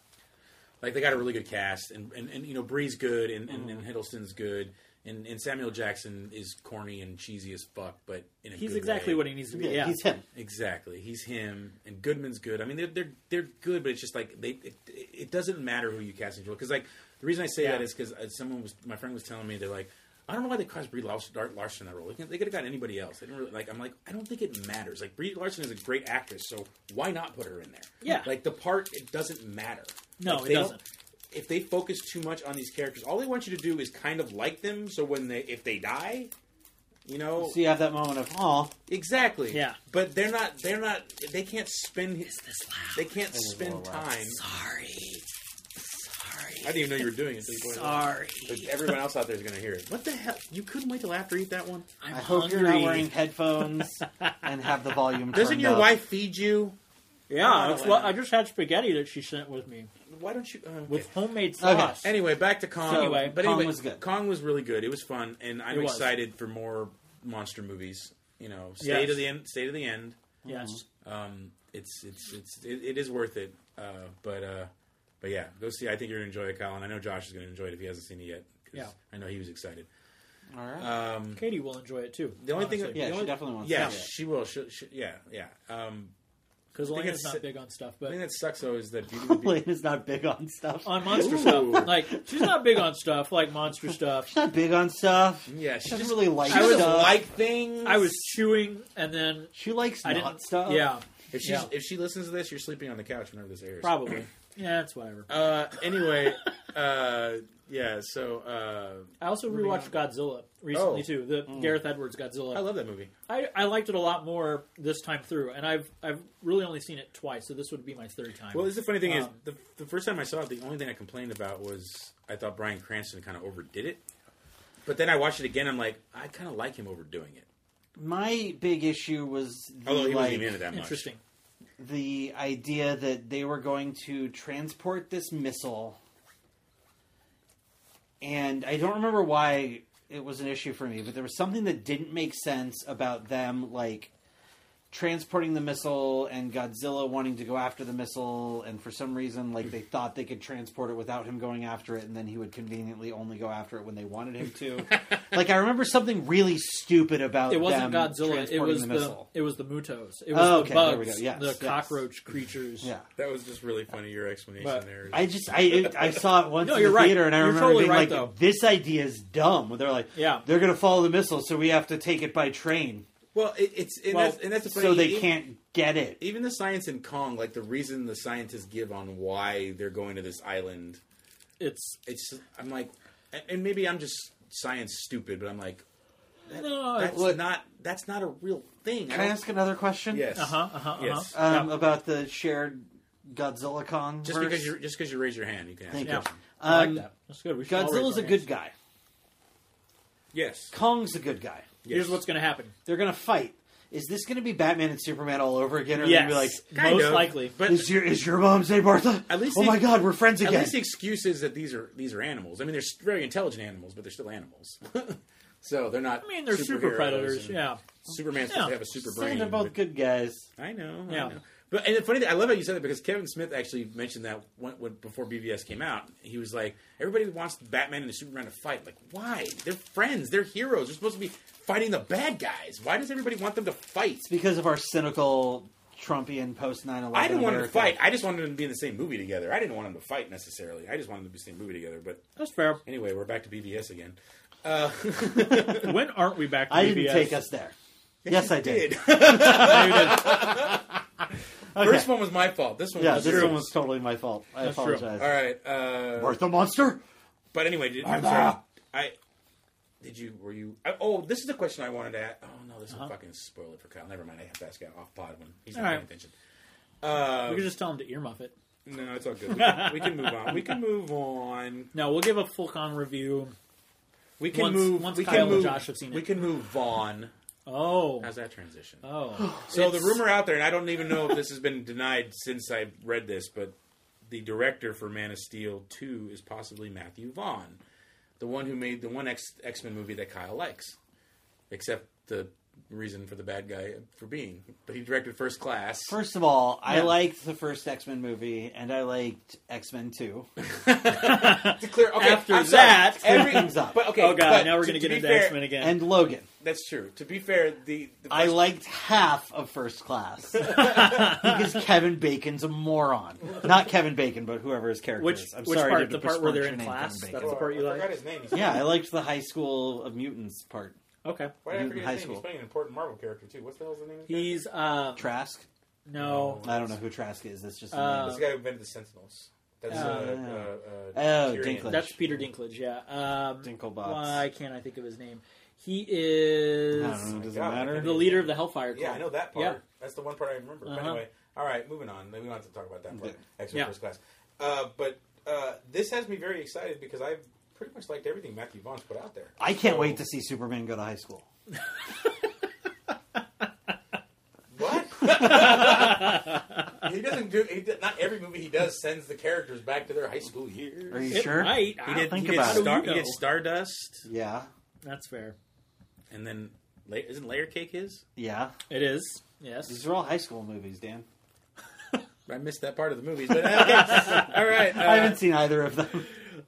Speaker 2: Like they got a really good cast, and and, and you know Bree's good, and, and, and Hiddleston's good, And, and Samuel Jackson is corny and cheesy as fuck, but in a
Speaker 3: He's
Speaker 2: good
Speaker 3: exactly
Speaker 2: way.
Speaker 3: what he needs to be. Yeah,
Speaker 4: he's him.
Speaker 2: Exactly, he's him, and Goodman's good. I mean, they're they're they're good, but it's just like they it, it doesn't matter who you cast as because like the reason I say
Speaker 3: Yeah.
Speaker 2: that is because someone was my friend was telling me they're like I don't know why they cast Brie Larson, Larson in that role. They could- They could have got anybody else. They didn't really like. I'm like I don't think it matters. Like Brie Larson is a great actress, so why not put her in there?
Speaker 3: Yeah.
Speaker 2: like the part it doesn't matter.
Speaker 3: No,
Speaker 2: Like,
Speaker 3: it
Speaker 2: they don't-
Speaker 3: doesn't.
Speaker 2: If they focus too much on these characters, all they want you to do is kind of like them. So when they if they die, you know,
Speaker 4: So you have that moment of oh,
Speaker 2: Exactly.
Speaker 3: Yeah.
Speaker 2: But they're not. They're not. They can't spend. They can't
Speaker 4: is
Speaker 2: spend
Speaker 4: a little loud.
Speaker 2: time.
Speaker 3: Sorry,
Speaker 2: I
Speaker 3: sorry,
Speaker 2: didn't even know you were doing it. Until you pointed it out.
Speaker 3: sorry.
Speaker 2: But everyone else out there is going to hear it. What the hell? You couldn't wait till after you eat that one.
Speaker 3: I'm
Speaker 4: I hope
Speaker 3: hungry.
Speaker 4: you're not wearing headphones and have the volume.
Speaker 2: Doesn't
Speaker 4: turned
Speaker 2: your
Speaker 4: up.
Speaker 2: wife feed you?
Speaker 3: Yeah, that's what, I just had spaghetti that she sent with me
Speaker 2: Why don't you? Uh,
Speaker 3: with homemade
Speaker 4: Okay.
Speaker 3: sauce.
Speaker 2: Anyway, back to Kong.
Speaker 4: So,
Speaker 2: anyway, but
Speaker 4: Kong
Speaker 2: anyway,
Speaker 4: was good.
Speaker 2: Kong was really good. It was fun, and I'm
Speaker 3: It was.
Speaker 2: excited for more monster movies. You know, stay
Speaker 3: Yes.
Speaker 2: to the end. Stay to the end.
Speaker 3: Yes,
Speaker 2: Um, it's it's it's it, it is worth it. Uh, but uh, but yeah, go see. I think you're gonna enjoy it, Colin. I know Josh is gonna enjoy it if he hasn't seen it yet. 'cause
Speaker 3: Yeah.
Speaker 2: I know he was excited.
Speaker 4: All right.
Speaker 2: Um,
Speaker 3: Katie will enjoy it too.
Speaker 2: the only thing,
Speaker 4: Oh, yeah,
Speaker 2: the
Speaker 4: she
Speaker 2: only-
Speaker 4: definitely wants.
Speaker 2: yeah,
Speaker 4: to see it.
Speaker 2: she will. She, she, yeah, yeah. Um,
Speaker 3: because
Speaker 2: think
Speaker 3: Elena's
Speaker 2: it's-
Speaker 3: not big on stuff,
Speaker 2: the
Speaker 3: but
Speaker 2: thing that sucks though is that Beauty and the Beast.
Speaker 4: Elena's not big on stuff.
Speaker 3: on monster
Speaker 2: Ooh.
Speaker 3: stuff, like she's not big on stuff like monster stuff.
Speaker 4: She's not big on stuff.
Speaker 2: Yeah, she
Speaker 4: She doesn't
Speaker 2: just
Speaker 4: really like
Speaker 2: she doesn't
Speaker 4: stuff.
Speaker 2: like things.
Speaker 3: I was chewing, and then
Speaker 4: she likes
Speaker 3: I
Speaker 4: not
Speaker 3: didn't.
Speaker 4: stuff.
Speaker 3: Yeah,
Speaker 2: If she
Speaker 3: Yeah.
Speaker 2: if she listens to this, you're sleeping on the couch whenever this airs.
Speaker 3: probably. yeah, it's whatever.
Speaker 2: Uh, anyway, uh, yeah. So uh,
Speaker 3: I also
Speaker 2: moving
Speaker 3: rewatched Godzilla recently
Speaker 2: Oh.
Speaker 3: too. The Gareth Edwards Godzilla.
Speaker 2: I love that movie.
Speaker 3: I, I liked it a lot more this time through, and I've I've really only seen it twice, so this would be my third time.
Speaker 2: Well, this is the funny thing is
Speaker 3: Um,
Speaker 2: the, the first time I saw it, the only thing I complained about was I thought Brian Cranston kind of overdid it. But then I watched it again. I'm like, I kind of like him overdoing it.
Speaker 4: My big issue was the,
Speaker 2: Although he
Speaker 4: like,
Speaker 2: wasn't even into that much.
Speaker 3: Interesting.
Speaker 4: the idea that they were going to transport this missile. And I don't remember why it was an issue for me, but there was something that didn't make sense about them, like transporting the missile and Godzilla wanting to go after the missile. And for some reason, like they thought they could transport it without him going after it, and then he would conveniently only go after it when they wanted him to. like I remember something really stupid about
Speaker 3: It
Speaker 4: them
Speaker 3: wasn't Godzilla. It
Speaker 4: transporting
Speaker 3: was
Speaker 4: the
Speaker 3: the,
Speaker 4: missile.
Speaker 3: it was the Mutos. It was
Speaker 4: Oh,
Speaker 3: the
Speaker 4: okay,
Speaker 3: bugs,
Speaker 4: there we go. Yes,
Speaker 3: the
Speaker 4: yes.
Speaker 3: cockroach creatures.
Speaker 4: yeah.
Speaker 2: That was just really funny. Your explanation
Speaker 3: But
Speaker 2: there.
Speaker 4: I just I it, I saw it once
Speaker 3: No,
Speaker 4: in
Speaker 3: you're
Speaker 4: the
Speaker 3: right.
Speaker 4: theater, and I
Speaker 3: You're
Speaker 4: remember
Speaker 3: totally
Speaker 4: being like,
Speaker 3: right, though.
Speaker 4: "This idea is dumb." Where they're like,
Speaker 3: Yeah.
Speaker 4: they're going to follow the missile, so we have to take it by train,
Speaker 2: well, it, it's and,
Speaker 3: Well,
Speaker 2: that's, and that's the funny
Speaker 4: so they
Speaker 2: e-
Speaker 4: can't get it."
Speaker 2: Even the science in Kong, like the reason the scientists give on why they're going to this island,
Speaker 3: It's
Speaker 2: it's I'm like, and- and maybe I'm just science stupid, but I'm like,
Speaker 3: no.
Speaker 2: that's
Speaker 3: oh, it's-
Speaker 2: not that's not a real thing.
Speaker 4: Can I ask another question?
Speaker 2: Yes.
Speaker 3: Uh-huh, uh-huh, uh-huh.
Speaker 2: Yes.
Speaker 4: um, about the shared Godzilla Kong.
Speaker 2: Just
Speaker 4: verse.
Speaker 2: because you just because you raise your hand, you can ask.
Speaker 4: Thank
Speaker 2: a
Speaker 3: Yeah.
Speaker 2: question.
Speaker 3: I like
Speaker 4: Um,
Speaker 3: that. That's good. We should all raise
Speaker 4: Godzilla's
Speaker 3: our
Speaker 4: a good
Speaker 3: hands.
Speaker 4: guy.
Speaker 2: Yes.
Speaker 4: Kong's a good guy.
Speaker 3: Here's what's going to happen.
Speaker 4: They're going to fight. Is this going to be Batman and Superman all over again? Or
Speaker 3: Yes,
Speaker 4: are going to be
Speaker 2: Kind
Speaker 3: most
Speaker 2: of,
Speaker 3: likely.
Speaker 2: but
Speaker 4: like, "Is your is your mom's name Martha?"
Speaker 2: At least
Speaker 4: oh
Speaker 2: they-
Speaker 4: my God, we're friends
Speaker 2: at
Speaker 4: again.
Speaker 2: least the excuse is that these are these are animals. I mean, they're s- very intelligent animals, but they're still animals. so they're not.
Speaker 3: I mean, they're super
Speaker 2: superheroes
Speaker 3: predators.
Speaker 2: and
Speaker 3: Yeah.
Speaker 2: Superman's
Speaker 3: Yeah.
Speaker 2: supposed to have a super
Speaker 4: Saying
Speaker 2: brain.
Speaker 4: they're both
Speaker 2: but-
Speaker 4: good guys.
Speaker 2: I know.
Speaker 3: Yeah.
Speaker 2: I know. But and the funny thing, I love how you said that because Kevin Smith actually mentioned that when, when before BVS came out, he was like, everybody wants Batman and Superman to fight. Like, why? They're friends. They're heroes. They're supposed to be fighting the bad guys. Why does everybody want them to fight?
Speaker 4: It's because of our cynical Trumpian post 9 11.
Speaker 2: I didn't want them to fight. I just wanted them to be in the same movie together. I didn't want them to fight necessarily. I just wanted them to be in the same movie together. But
Speaker 3: That's fair.
Speaker 2: anyway, we're back to BVS again.
Speaker 3: when aren't we back to
Speaker 4: I didn't
Speaker 3: BBS?
Speaker 4: take us there. Yes, I did.
Speaker 3: No, you didn't.
Speaker 4: Okay.
Speaker 2: First one was my fault. This one
Speaker 4: yeah,
Speaker 2: was
Speaker 4: this
Speaker 2: yours.
Speaker 4: one was totally my fault. I
Speaker 3: That's true.
Speaker 4: apologize.
Speaker 2: All right. Uh,
Speaker 4: Martha Monster?
Speaker 2: but anyway, did, I'm
Speaker 4: Martha!
Speaker 2: sorry. I did you were you? I, oh, this is the question I wanted to. ask. Oh no, this will fucking spoil it for Kyle. Never mind. I have to ask Kyle off pod when he's not
Speaker 3: Uh-huh. All
Speaker 2: paying
Speaker 3: right.
Speaker 2: attention.
Speaker 3: we could just tell him to earmuff it.
Speaker 2: No, it's all good. We can, we can move on. We can move on.
Speaker 3: No, we'll give a full con review.
Speaker 2: We can
Speaker 3: Once-
Speaker 2: move.
Speaker 3: once
Speaker 2: we
Speaker 3: Kyle
Speaker 2: can
Speaker 3: and
Speaker 2: move.
Speaker 3: Josh have seen
Speaker 2: We
Speaker 3: it.
Speaker 2: can move on.
Speaker 3: Oh.
Speaker 2: How's that transition?
Speaker 3: Oh.
Speaker 2: So the
Speaker 3: It's-
Speaker 2: rumor out there, and I don't even know if this has been denied since I read this, but the director for Man of Steel two is possibly Matthew Vaughn, the one who made the one X X Men movie that Kyle likes, except the
Speaker 6: reason for the bad guy for being. But he directed First Class.
Speaker 4: First of all, I
Speaker 3: Yeah.
Speaker 4: liked the first X Men movie, and I liked X Men Two.
Speaker 2: To clear, okay,
Speaker 3: After
Speaker 2: I'm sorry.
Speaker 3: that-
Speaker 2: every,
Speaker 4: Things up.
Speaker 2: But okay,
Speaker 3: oh god,
Speaker 2: but
Speaker 3: now we're
Speaker 2: to- to
Speaker 3: gonna get
Speaker 2: be
Speaker 3: into
Speaker 2: fair-
Speaker 3: X Men again.
Speaker 4: and Logan.
Speaker 2: That's true. To be fair, the, the
Speaker 4: I
Speaker 2: first-
Speaker 4: liked half of First Class because Kevin Bacon's a moron. Not Kevin Bacon, but whoever his character
Speaker 3: Which-
Speaker 4: is. I'm
Speaker 3: which
Speaker 4: sorry
Speaker 3: part?
Speaker 4: to
Speaker 3: The part where they're in
Speaker 4: besmirch your name,
Speaker 3: class?
Speaker 4: Kevin
Speaker 3: That's
Speaker 4: Bacon.
Speaker 3: the part you
Speaker 2: I
Speaker 3: like?
Speaker 2: forgot his name. He's
Speaker 4: Yeah, I liked the High School of Mutants part.
Speaker 3: okay.
Speaker 2: Why did I
Speaker 4: Newton
Speaker 2: forget
Speaker 4: High
Speaker 2: his name?
Speaker 4: School.
Speaker 2: He's playing an important Marvel character too. What's the hell's the name? of this guy?
Speaker 3: He's um
Speaker 4: Trask.
Speaker 3: no.
Speaker 4: I don't know who Trask is. That's just the
Speaker 3: Uh,
Speaker 2: This guy who invented the Sentinels. That's uh,
Speaker 4: Oh.
Speaker 2: uh, uh,
Speaker 4: Oh,
Speaker 2: Tyrion.
Speaker 4: Dinklage.
Speaker 3: That's Peter Dinklage, yeah. Um,
Speaker 4: name. Dinklebox.
Speaker 3: why can't I think of his name? He
Speaker 4: I don't
Speaker 3: is
Speaker 4: know. Does it
Speaker 2: God.
Speaker 4: matter?
Speaker 3: the leader of the Hellfire Club.
Speaker 2: Yeah, I know that part.
Speaker 3: Yeah.
Speaker 2: That's the one part I remember. But
Speaker 3: Uh-huh.
Speaker 2: anyway, all right, moving on. We don't have to talk about that part. X Men
Speaker 3: Yeah.
Speaker 2: First Class. Uh, but uh, this has me very excited because I've pretty much liked everything Matthew Vaughn's put out there.
Speaker 4: I can't
Speaker 2: So-
Speaker 4: wait to see Superman go to high school.
Speaker 2: What? he doesn't do. He, d- not every movie he does sends the characters back to their high school years.
Speaker 4: Are you
Speaker 3: It
Speaker 4: sure?
Speaker 3: might.
Speaker 6: He
Speaker 3: I
Speaker 6: did,
Speaker 3: don't
Speaker 4: think
Speaker 6: he did
Speaker 4: about it.
Speaker 6: Star,
Speaker 3: How do you
Speaker 6: He did
Speaker 3: know?
Speaker 6: Stardust,
Speaker 4: Yeah.
Speaker 3: That's fair.
Speaker 6: and then La- isn't Layer Cake his?
Speaker 4: Yeah.
Speaker 3: It is. Yes.
Speaker 4: These are all high school movies, Dan.
Speaker 6: I missed that part of the movies, but okay. all right. Uh,
Speaker 4: I haven't seen either of them.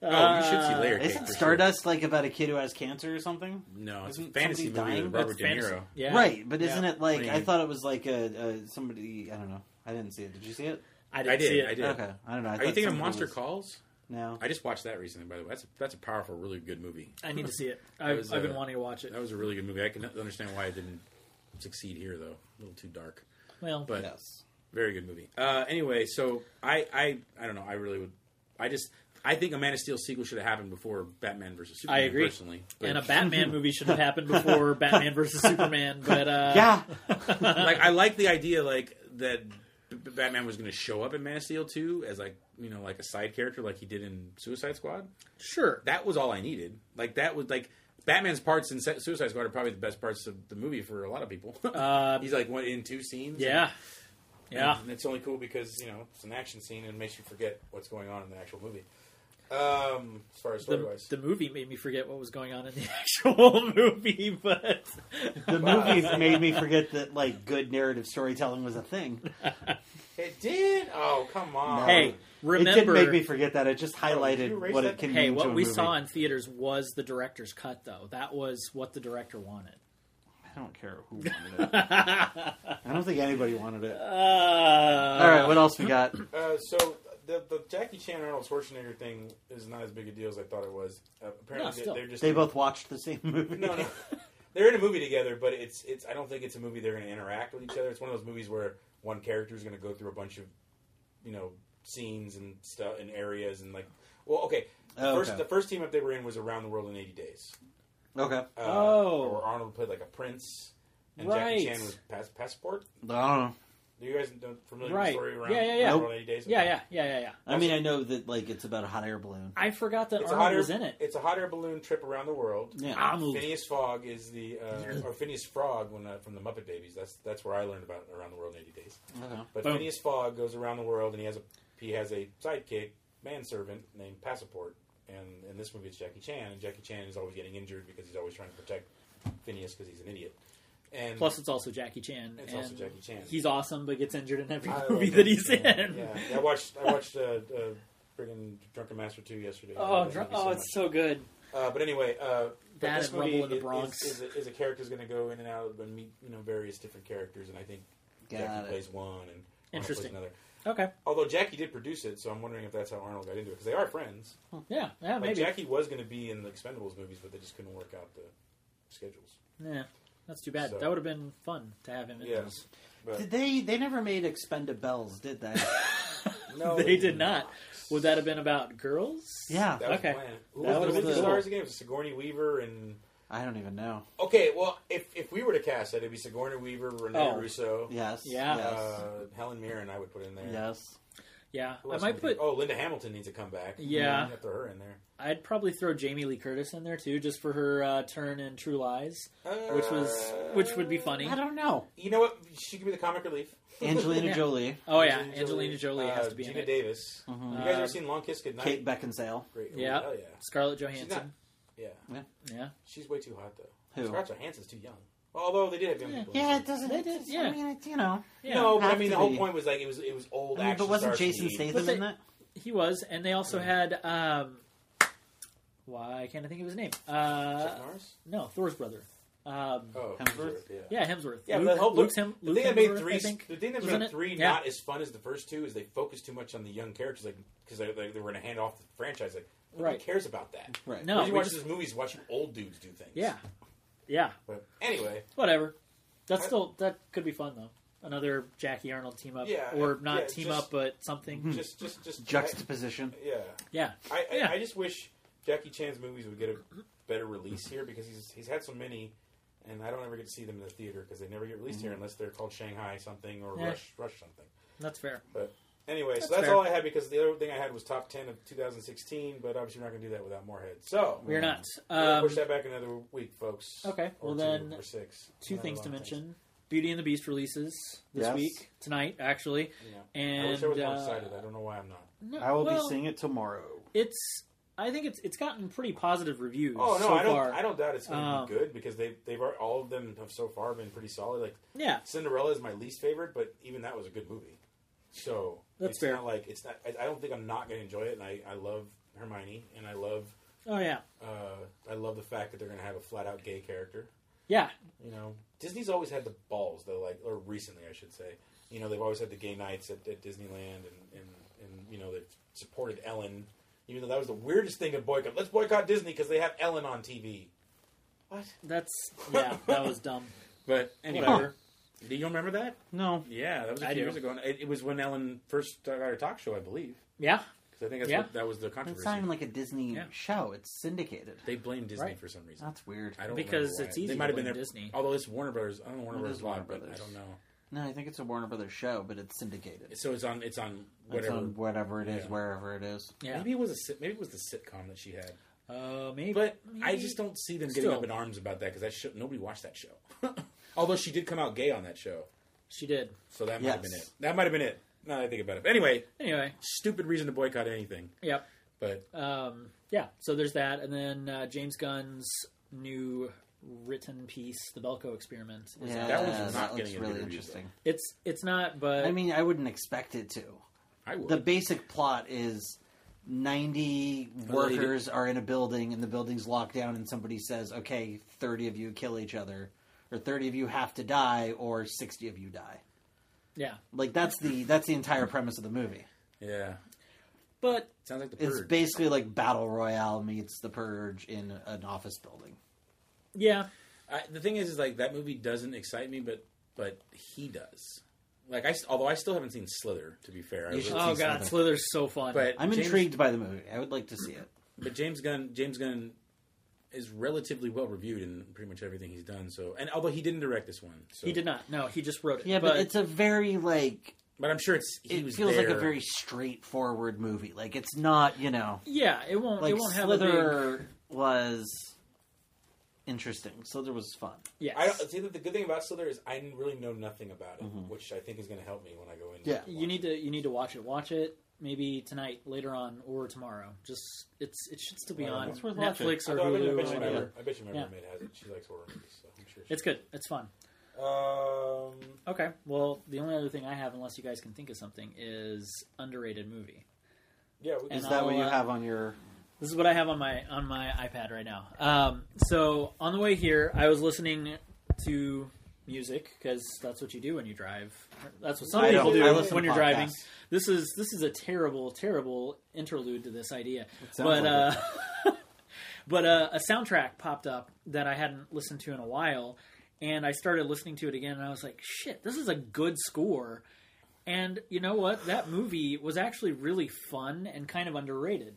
Speaker 6: oh, you should
Speaker 3: Uh,
Speaker 6: see Layer Cake.
Speaker 4: Uh, Isn't
Speaker 6: for sure.
Speaker 4: Stardust like about a kid who has cancer or something?
Speaker 6: No, it's a
Speaker 4: Isn't
Speaker 6: fantasy movie
Speaker 4: somebody dying?
Speaker 6: with Robert
Speaker 3: That's
Speaker 6: De Niro.
Speaker 3: fantasy. Yeah.
Speaker 4: Right, but isn't
Speaker 3: Yeah.
Speaker 4: it like
Speaker 6: What do you
Speaker 4: I
Speaker 6: mean?
Speaker 4: thought it was like a, a somebody? I don't know. I didn't see it. Did you see it?
Speaker 3: I, didn't
Speaker 6: I did.
Speaker 3: see it.
Speaker 6: I did.
Speaker 4: Okay, I don't know. I
Speaker 6: Are you
Speaker 4: thought
Speaker 6: thinking of
Speaker 4: somebody
Speaker 6: Monster
Speaker 4: was-
Speaker 6: Calls?
Speaker 4: No,
Speaker 6: I just watched that recently, by the way. That's a, that's a powerful, really good movie.
Speaker 3: I need to see it. I've,
Speaker 6: was,
Speaker 3: I've been
Speaker 6: uh,
Speaker 3: wanting to watch it.
Speaker 6: That was a really good movie. I can understand why it didn't succeed here, though. A little too dark,
Speaker 3: Well,
Speaker 6: but
Speaker 4: yes.
Speaker 6: very good movie. Uh, anyway, so I, I I don't know. I really would. I just I think a Man of Steel sequel should have happened before Batman versus Superman.
Speaker 3: I agree.
Speaker 6: Personally, but,
Speaker 3: and a Batman movie should have happened before Batman versus Superman. But uh,
Speaker 4: Yeah,
Speaker 6: like I like the idea like that B- B- Batman was going to show up in Man of Steel too as like you know like a side character like he did in Suicide Squad.
Speaker 3: sure.
Speaker 6: that was all I needed. Like that was like Batman's parts in Su- Suicide Squad are probably the best parts of the movie for a lot of people.
Speaker 3: Uh,
Speaker 6: He's like one in two scenes.
Speaker 3: yeah,
Speaker 6: And-
Speaker 3: yeah.
Speaker 6: and
Speaker 2: And
Speaker 6: it's-
Speaker 2: it's only cool because you know it's an action scene and it makes you forget what's going on in the actual movie. Um, as far as story
Speaker 3: The,
Speaker 2: wise,
Speaker 3: the movie made me forget what was going on in the actual movie, but
Speaker 4: the movie made me forget that like good narrative storytelling was a thing.
Speaker 2: it did. Oh come on!
Speaker 3: hey,
Speaker 4: it
Speaker 3: remember,
Speaker 4: didn't make me forget that. It just
Speaker 2: you
Speaker 4: highlighted
Speaker 2: erased
Speaker 4: what
Speaker 2: that?
Speaker 4: it can
Speaker 3: hey,
Speaker 4: mean to
Speaker 3: what
Speaker 4: a
Speaker 3: we
Speaker 4: movie.
Speaker 3: saw in theaters was the director's cut, though. That was what the director wanted.
Speaker 4: I don't care who wanted it. I don't think anybody wanted it.
Speaker 3: Uh,
Speaker 4: All right, what else we got?
Speaker 2: Uh, so the the Jackie Chan Arnold Schwarzenegger thing is not as big a deal as I thought it was. Uh,
Speaker 3: No,
Speaker 2: apparently,
Speaker 3: still.
Speaker 2: they, are just
Speaker 4: They both watched the same movie.
Speaker 2: no, no. They're in a movie together, but it's it's. I don't think it's a movie they're going to interact with each other. It's one of those movies where one character is going to go through a bunch of, you know, scenes and stuff and areas and like. Well, okay. The
Speaker 4: Oh,
Speaker 2: First, uh,
Speaker 4: okay.
Speaker 2: the first team up they were in was Around the World in Eighty Days.
Speaker 4: Okay,
Speaker 2: Uh,
Speaker 3: Oh.
Speaker 2: where Arnold played like a prince, and
Speaker 3: Right.
Speaker 2: Jackie Chan was pass- passport.
Speaker 4: I don't know.
Speaker 2: Do you guys know familiar with
Speaker 3: Right.
Speaker 2: the story around
Speaker 3: Yeah, yeah, yeah.
Speaker 2: World in 80 Days?
Speaker 3: Yeah,
Speaker 2: Okay.
Speaker 3: yeah, yeah, yeah, yeah.
Speaker 4: I mean, I know that like it's about a hot air balloon.
Speaker 3: I forgot that
Speaker 2: It's a hot
Speaker 3: Arnold
Speaker 2: air,
Speaker 3: was in it.
Speaker 2: It's a hot air balloon trip around the world.
Speaker 4: Yeah,
Speaker 3: Arnold.
Speaker 2: Phineas Fogg is the uh, or Phineas Frog when, uh, from the Muppet Babies. That's that's where I learned about Around the World in 80 Days.
Speaker 4: Okay.
Speaker 2: But
Speaker 3: Boom.
Speaker 2: Phineas Fogg goes around the world and he has a he has a sidekick manservant named Passport. And in this movie, it's Jackie Chan, and Jackie Chan is always getting injured because he's always trying to protect Phineas because he's an idiot. And
Speaker 3: Plus, it's also Jackie Chan.
Speaker 2: It's also
Speaker 3: and
Speaker 2: Jackie Chan.
Speaker 3: He's awesome, but gets injured in every
Speaker 2: I love
Speaker 3: movie
Speaker 2: Jackie
Speaker 3: that he's
Speaker 2: Chan.
Speaker 3: in.
Speaker 2: Yeah, I watched I watched uh, uh, friggin' Drunken Master two yesterday. I
Speaker 3: Oh,
Speaker 2: love that
Speaker 3: dr-
Speaker 2: movie so
Speaker 3: oh,
Speaker 2: much.
Speaker 3: it's so good.
Speaker 2: Uh, but anyway, uh, but
Speaker 3: That
Speaker 2: this
Speaker 3: and Rumble
Speaker 2: movie
Speaker 3: in the
Speaker 2: is-
Speaker 3: Bronx.
Speaker 2: is, is, a, is a character's going to go in and out and meet you know various different characters, and I think
Speaker 4: Got
Speaker 2: Jackie
Speaker 4: it.
Speaker 2: plays one and Arnold plays
Speaker 3: Interesting.
Speaker 2: another.
Speaker 3: Okay.
Speaker 2: Although Jackie did produce it, so I'm wondering if that's how Arnold got into it because they are friends.
Speaker 3: Yeah, yeah,
Speaker 2: Like
Speaker 3: maybe.
Speaker 2: Jackie was going to be in the Expendables movies, but they just couldn't work out the schedules.
Speaker 3: Yeah, that's too bad.
Speaker 2: So-
Speaker 3: That would have been fun to have him in.
Speaker 2: Yeah.
Speaker 3: this.
Speaker 2: But
Speaker 4: Did they they never made Expendables, did they?
Speaker 2: no,
Speaker 3: They did not. Would that have been about girls?
Speaker 4: yeah,
Speaker 2: That was
Speaker 3: Okay.
Speaker 2: the plan. Who
Speaker 4: That
Speaker 2: was,
Speaker 4: was
Speaker 2: the, who was
Speaker 4: the-
Speaker 2: the stars again? It was Sigourney Weaver and
Speaker 4: I don't even know.
Speaker 2: okay. Well, if if we were to cast it, it'd be Sigourney Weaver, Renee
Speaker 3: Oh.
Speaker 2: Russo,
Speaker 4: Yes.
Speaker 3: Yeah.
Speaker 4: Yes.
Speaker 2: uh, Helen Mirren. I would put in there.
Speaker 4: yes.
Speaker 3: yeah.
Speaker 2: Who
Speaker 3: I
Speaker 2: else
Speaker 3: might
Speaker 2: am thinking?
Speaker 3: put.
Speaker 2: Oh, Linda Hamilton needs a comeback.
Speaker 3: Yeah.
Speaker 2: You have to her in there.
Speaker 3: I'd probably throw Jamie Lee Curtis in there too, just for her uh, turn in True Lies, which was
Speaker 4: Uh,
Speaker 3: which would be funny.
Speaker 4: I don't know.
Speaker 2: You know what? She could be the comic relief. Uh,
Speaker 4: Angelina
Speaker 3: Yeah.
Speaker 4: Jolie,
Speaker 3: Oh yeah, Angelina Jolie has to be
Speaker 2: Gina
Speaker 3: in it.
Speaker 2: Davis.
Speaker 4: Mhm.
Speaker 2: You guys
Speaker 3: Uh,
Speaker 2: ever seen Long Kiss Goodnight?
Speaker 4: Kate Beckinsale.
Speaker 2: Great.
Speaker 3: Yeah.
Speaker 2: Oh yeah.
Speaker 3: Um, Scarlett
Speaker 2: She's
Speaker 3: Johansson.
Speaker 2: not. Yeah.
Speaker 3: Yeah.
Speaker 2: She's way too hot though.
Speaker 4: Who?
Speaker 2: Scarlett Johansson's too young. Although they did have young people. in
Speaker 4: Yeah,
Speaker 2: it.
Speaker 4: it doesn't.
Speaker 3: They
Speaker 4: It,
Speaker 3: did,
Speaker 4: it's-
Speaker 3: yeah.
Speaker 4: I mean, it's you know.
Speaker 3: Yeah.
Speaker 2: No, but I
Speaker 4: Have
Speaker 2: mean
Speaker 4: to
Speaker 2: the whole
Speaker 4: be.
Speaker 2: point was like it was it was old
Speaker 4: I mean,
Speaker 2: action.
Speaker 4: but wasn't
Speaker 2: stars
Speaker 4: Jason
Speaker 2: need-
Speaker 4: Statham
Speaker 3: But
Speaker 4: in
Speaker 3: they-
Speaker 4: that?
Speaker 3: He was, and they also had um, why can't I think of his name? Uh,
Speaker 2: Chuck Norris?
Speaker 3: no, Thor's brother. Um,
Speaker 2: Oh,
Speaker 4: Hemsworth?
Speaker 2: Yeah.
Speaker 3: yeah, Hemsworth.
Speaker 2: Yeah,
Speaker 3: Luke,
Speaker 2: but the whole
Speaker 3: Luke's Hem,
Speaker 2: the
Speaker 3: Luke
Speaker 2: thing that made
Speaker 3: Hemsworth,
Speaker 2: three,
Speaker 3: I think.
Speaker 2: the thing that
Speaker 3: Wasn't
Speaker 2: made
Speaker 3: it?
Speaker 2: three
Speaker 3: Yeah.
Speaker 2: not as fun as the first two is they focused too much on the young characters, like because they, they, they were going to hand off the franchise. Like,
Speaker 3: Right.
Speaker 2: who cares about that?
Speaker 4: Right.
Speaker 3: No,
Speaker 2: you
Speaker 3: we
Speaker 2: watch
Speaker 3: just-
Speaker 2: these movies, watching old dudes do things.
Speaker 3: yeah, yeah.
Speaker 2: But anyway,
Speaker 3: Whatever. That's
Speaker 2: I-
Speaker 3: still that could be fun though. Another Jackie Arnold team up,
Speaker 2: Yeah,
Speaker 3: or
Speaker 2: yeah,
Speaker 3: not
Speaker 2: yeah,
Speaker 3: team
Speaker 2: just-
Speaker 3: up, but something.
Speaker 2: just just just
Speaker 4: Juxtaposition.
Speaker 2: I, yeah.
Speaker 3: yeah,
Speaker 2: I, I,
Speaker 3: Yeah.
Speaker 2: I just wish Jackie Chan's movies would get a better release here because he's he's had so many, and I don't ever get to see them in the theater because they never get released here unless they're called Shanghai something or
Speaker 3: Mm-hmm. Yeah.
Speaker 2: Rush Rush something.
Speaker 3: that's fair.
Speaker 2: But anyway,
Speaker 3: That's
Speaker 2: so that's
Speaker 3: fair.
Speaker 2: all I had because the other thing I had was top ten of 2016, but obviously we're not going to do that without Moorhead. So
Speaker 3: We're not.
Speaker 2: we're gonna
Speaker 3: Um,
Speaker 2: push that back another week, folks.
Speaker 3: okay,
Speaker 2: Or
Speaker 3: well
Speaker 2: two,
Speaker 3: then,
Speaker 2: or six.
Speaker 3: Two
Speaker 2: Not a
Speaker 3: things
Speaker 2: lot
Speaker 3: to
Speaker 2: of
Speaker 3: mention:
Speaker 2: things.
Speaker 3: Beauty and the Beast releases this
Speaker 4: Yes.
Speaker 3: week tonight, actually.
Speaker 2: Yeah.
Speaker 3: And
Speaker 2: I wish I was more
Speaker 3: uh, Mm,
Speaker 2: excited. I don't know why I'm not.
Speaker 3: no,
Speaker 4: I will
Speaker 3: well,
Speaker 4: be seeing it tomorrow.
Speaker 3: It's. I think it's it's gotten pretty positive reviews.
Speaker 2: Oh no,
Speaker 3: so
Speaker 2: I don't.
Speaker 3: Far.
Speaker 2: I don't doubt it's going to
Speaker 3: Um,
Speaker 2: be good because they they've al- all of them have so far been pretty solid. Like
Speaker 3: Yeah,
Speaker 2: Cinderella is my least favorite, but even that was a good movie. So
Speaker 3: That's
Speaker 2: it's
Speaker 3: fair.
Speaker 2: Not like it's not. I, I don't think I'm not going to enjoy it. And I I love Hermione, and I love
Speaker 3: Oh yeah,
Speaker 2: uh, I love the fact that they're going to have a flat out gay character.
Speaker 3: yeah.
Speaker 2: You know, Disney's always had the balls though, like or recently I should say. You know, they've always had the gay nights at, at Disneyland, and, and and you know they've supported Ellen, even though that was the weirdest thing to boycott. Let's boycott Disney because they have Ellen on TV. What?
Speaker 3: That's yeah. That was dumb.
Speaker 7: But anyway,
Speaker 3: Whatever.
Speaker 7: do you remember that?
Speaker 4: No.
Speaker 7: Yeah, that was a
Speaker 3: I
Speaker 7: few
Speaker 3: do.
Speaker 7: years ago. And it, it was when Ellen first got her talk show, I believe.
Speaker 3: Yeah,
Speaker 7: Because I think that's
Speaker 3: Yeah.
Speaker 7: what, that was the controversy.
Speaker 4: It's not even like a Disney
Speaker 3: Yeah.
Speaker 4: show. It's syndicated.
Speaker 7: they blamed Disney
Speaker 3: Right.
Speaker 7: for some reason.
Speaker 4: That's weird.
Speaker 7: I don't
Speaker 3: Because
Speaker 7: remember why.
Speaker 3: it's easy
Speaker 7: They
Speaker 3: to
Speaker 7: might have been
Speaker 3: blame
Speaker 7: there.
Speaker 3: Disney.
Speaker 7: Although it's Warner Brothers. I don't know Warner
Speaker 4: It
Speaker 7: Brothers
Speaker 4: is
Speaker 7: Live,
Speaker 4: Warner
Speaker 7: but I
Speaker 4: Brothers.
Speaker 7: don't know.
Speaker 4: No, I think it's a Warner Brothers show, but it's syndicated.
Speaker 7: So it's on. It's on whatever.
Speaker 4: It's on whatever it is,
Speaker 7: Yeah.
Speaker 4: wherever it is.
Speaker 3: yeah.
Speaker 7: Maybe it was a sit- maybe it was the sitcom that she had.
Speaker 3: Uh, maybe.
Speaker 7: But I
Speaker 3: maybe-
Speaker 7: just don't see them getting
Speaker 3: Still.
Speaker 7: up in arms about that because that show, nobody watched that show. Although she did come out gay on that show,
Speaker 3: She did.
Speaker 7: so that might have been
Speaker 4: Yes.
Speaker 7: it. That might have been it. Now that I think about it. But anyway,
Speaker 3: Anyway,
Speaker 7: stupid reason to boycott anything.
Speaker 3: yep.
Speaker 7: But
Speaker 3: Um, yeah. So there's that, and then uh, James Gunn's new written piece, The Belko Experiment. is
Speaker 4: Yeah,
Speaker 3: out.
Speaker 7: that one's
Speaker 4: that
Speaker 7: not
Speaker 4: looks
Speaker 7: getting a good
Speaker 4: really
Speaker 7: review,
Speaker 4: interesting.
Speaker 3: It's it's not, but
Speaker 4: I mean, I wouldn't expect it to.
Speaker 7: I would.
Speaker 4: The basic plot is 90
Speaker 7: Well, they do-
Speaker 4: workers are in a building and the building's locked down and somebody says, "Okay, 30 of you kill each other or 30 of you have to die or 60 of you die."
Speaker 3: yeah.
Speaker 4: Like that's the that's the entire premise of the movie.
Speaker 7: yeah,
Speaker 3: But
Speaker 7: sounds like the
Speaker 4: It's
Speaker 7: purge.
Speaker 4: basically like Battle Royale meets The Purge in an office building.
Speaker 3: yeah,
Speaker 7: I, the thing is, is like that movie doesn't excite me, but but he does. Like I, s- although I still haven't seen Slither. To be fair, I
Speaker 4: You should
Speaker 7: really-
Speaker 3: oh
Speaker 4: see
Speaker 3: god,
Speaker 4: something.
Speaker 3: Slither's so fun.
Speaker 7: but
Speaker 4: I'm
Speaker 7: James-
Speaker 4: intrigued by the movie. I would like to see it.
Speaker 7: But James Gunn, James Gunn is relatively well reviewed in pretty much everything he's done. So, and although he didn't direct this one, so,
Speaker 3: he did not. No, he just wrote it.
Speaker 4: Yeah, but, it's a very like
Speaker 7: But I'm sure it's he
Speaker 4: it
Speaker 7: was
Speaker 4: feels like
Speaker 7: there.
Speaker 4: a very straightforward movie. Like it's not, you know,
Speaker 3: yeah. It won't.
Speaker 4: like
Speaker 3: it won't have a big.
Speaker 4: Slither was interesting. Slither was fun.
Speaker 3: Yes.
Speaker 2: I don't, see, the the good thing about Slither is I really know nothing about it, which I think is going to help me when I go in.
Speaker 4: Yeah.
Speaker 3: Mm-hmm. you need to you need to watch it. Watch it maybe tonight, later on, or tomorrow. Just it's it should still be
Speaker 2: Well,
Speaker 3: on
Speaker 2: it's
Speaker 4: worth
Speaker 3: Netflix
Speaker 2: I,
Speaker 3: or
Speaker 2: bet- I bet you my
Speaker 3: Hulu. or
Speaker 2: roommate-
Speaker 3: whatever.
Speaker 2: I bet you my
Speaker 3: Yeah.
Speaker 2: roommate has it. She likes horror movies, so I'm sure. She
Speaker 3: It's good. It's fun.
Speaker 2: Um,
Speaker 3: Okay. Well, the only other thing I have, unless you guys can think of something, is underrated movie.
Speaker 2: yeah, we
Speaker 3: And
Speaker 4: Is that what
Speaker 3: I'll,
Speaker 4: you
Speaker 3: uh,
Speaker 4: have on your?
Speaker 3: This is what I have on my on my iPad right now. Um, so on the way here, I was listening to music because that's what you do when you drive. That's what some
Speaker 4: I
Speaker 3: people
Speaker 4: don't.
Speaker 3: do
Speaker 4: I listen to
Speaker 3: when you're
Speaker 4: podcasts.
Speaker 3: driving. This is this is a terrible, terrible interlude to this idea.
Speaker 4: sounds
Speaker 3: But uh,
Speaker 4: like
Speaker 3: but uh, a soundtrack popped up that I hadn't listened to in a while, and I started listening to it again, and I was like, "Shit, this is a good score." And you know what? That movie was actually really fun and kind of underrated.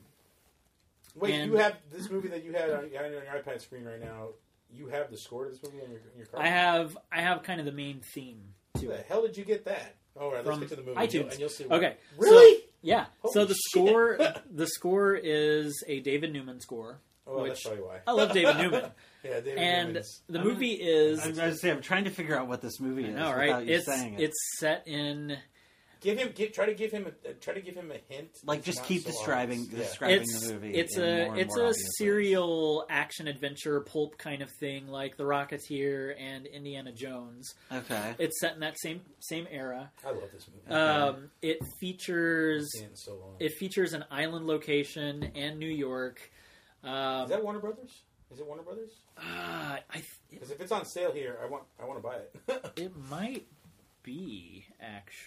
Speaker 2: Wait,
Speaker 3: And-
Speaker 2: you have this movie that you had on, you had on your iPad screen right now. You have the score to this movie on your, in your car.
Speaker 3: I have I have kind of the main theme to
Speaker 2: Where the
Speaker 3: it
Speaker 2: hell did you get that? All right, let's
Speaker 3: from
Speaker 2: get to the movie. and you'll-
Speaker 3: iTunes.
Speaker 2: and you'll see. why.
Speaker 3: okay,
Speaker 2: really?
Speaker 3: So, yeah. so
Speaker 2: Holy
Speaker 3: the
Speaker 2: shit.
Speaker 3: score the score is a David Newman score,
Speaker 2: oh, well,
Speaker 3: which
Speaker 2: that's probably why.
Speaker 3: I love David Newman,
Speaker 2: Yeah, David
Speaker 3: and
Speaker 2: Newman's-
Speaker 3: the
Speaker 4: I'm-
Speaker 3: movie is
Speaker 4: I'm, I was saying, I'm trying to figure out what this movie is.
Speaker 3: I know,
Speaker 4: without
Speaker 3: right?
Speaker 4: you
Speaker 3: It's
Speaker 4: saying it.
Speaker 3: it's set in
Speaker 5: Give him, give, try to give him, a, uh, try to give him a hint.
Speaker 4: Like,
Speaker 5: that's
Speaker 4: just
Speaker 5: not
Speaker 4: keep
Speaker 5: so
Speaker 4: describing
Speaker 5: obvious. Yeah.
Speaker 4: describing
Speaker 3: it's,
Speaker 4: the movie.
Speaker 3: It's
Speaker 4: in
Speaker 3: a
Speaker 4: more and
Speaker 3: it's
Speaker 4: more
Speaker 3: a
Speaker 4: obvious ways.
Speaker 3: serial action adventure pulp kind of thing, like The Rocketeer and Indiana Jones.
Speaker 4: Okay.
Speaker 3: It's set in that same same era.
Speaker 5: I love this movie.
Speaker 3: Um, it features
Speaker 5: Seen it so long.
Speaker 3: it features an island location and New York. Um,
Speaker 5: Is that Warner Brothers? Is it Warner Brothers?
Speaker 3: ah, I th-
Speaker 5: Because if it's on sale here, I want, I want to buy it.
Speaker 3: it, it might be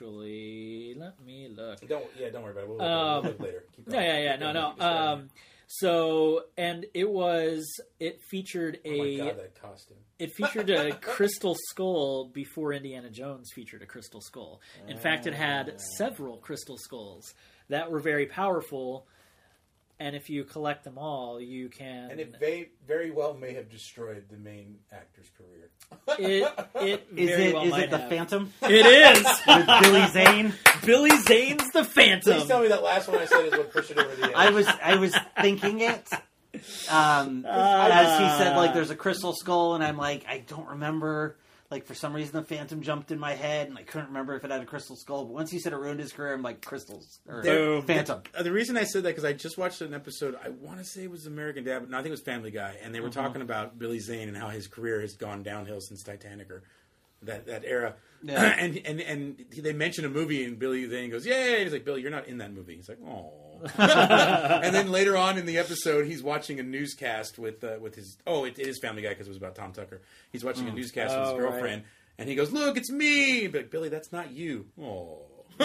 Speaker 3: actually. Let me look.
Speaker 5: don't, yeah, don't worry about it. We'll look, at it.
Speaker 3: Um,
Speaker 5: we'll look later. Keep
Speaker 3: Yeah,
Speaker 5: going.
Speaker 3: yeah, yeah.
Speaker 5: Keep
Speaker 3: No,
Speaker 5: going. Keep
Speaker 3: no.
Speaker 5: describing.
Speaker 3: Um, so, and it was it featured
Speaker 5: oh my
Speaker 3: a
Speaker 5: god, that costume.
Speaker 3: it featured a crystal skull before Indiana Jones featured a crystal skull. In fact, it
Speaker 2: Ah.
Speaker 3: had several crystal skulls that were very powerful. And if you collect them all, you can.
Speaker 5: And it very, very well may have destroyed the main actor's career.
Speaker 3: it, it
Speaker 4: Is
Speaker 3: very
Speaker 4: it
Speaker 3: well
Speaker 4: is
Speaker 3: might
Speaker 4: it the
Speaker 3: have.
Speaker 4: Phantom
Speaker 3: It is
Speaker 4: with Billy Zane?
Speaker 3: Billy Zane's the
Speaker 5: Please tell
Speaker 3: Phantom.
Speaker 5: me that last one I said is what pushed it over the edge.
Speaker 4: I was I was thinking it. Um, as he said, like there's a crystal skull, and I'm like, I don't remember. Like for some reason, the Phantom jumped in my head, and I couldn't remember if it had a crystal skull. But once he said it ruined his career, I'm like, crystals or
Speaker 2: There-
Speaker 4: Phantom.
Speaker 2: Uh, the reason I said that because I just watched an episode. I want to say it was American Dad, but no, I think it was Family Guy, and they
Speaker 4: Uh-huh.
Speaker 2: were talking about Billy Zane and how his career has gone downhill since Titanic or that that era.
Speaker 4: Yeah.
Speaker 2: and and and he- they mentioned a movie, and Billy Zane goes, "Yeah," he's like, "Billy, you're not in that movie." He's like, "Oh." and then later on in the episode, he's watching a newscast with uh, with his oh, it, it is Family Guy because it was about Tom Tucker. He's watching a
Speaker 4: Mm.
Speaker 2: newscast with
Speaker 3: Oh,
Speaker 2: his
Speaker 3: right.
Speaker 2: girlfriend, and he goes, "Look, it's me." But Billy, that's not you. Oh.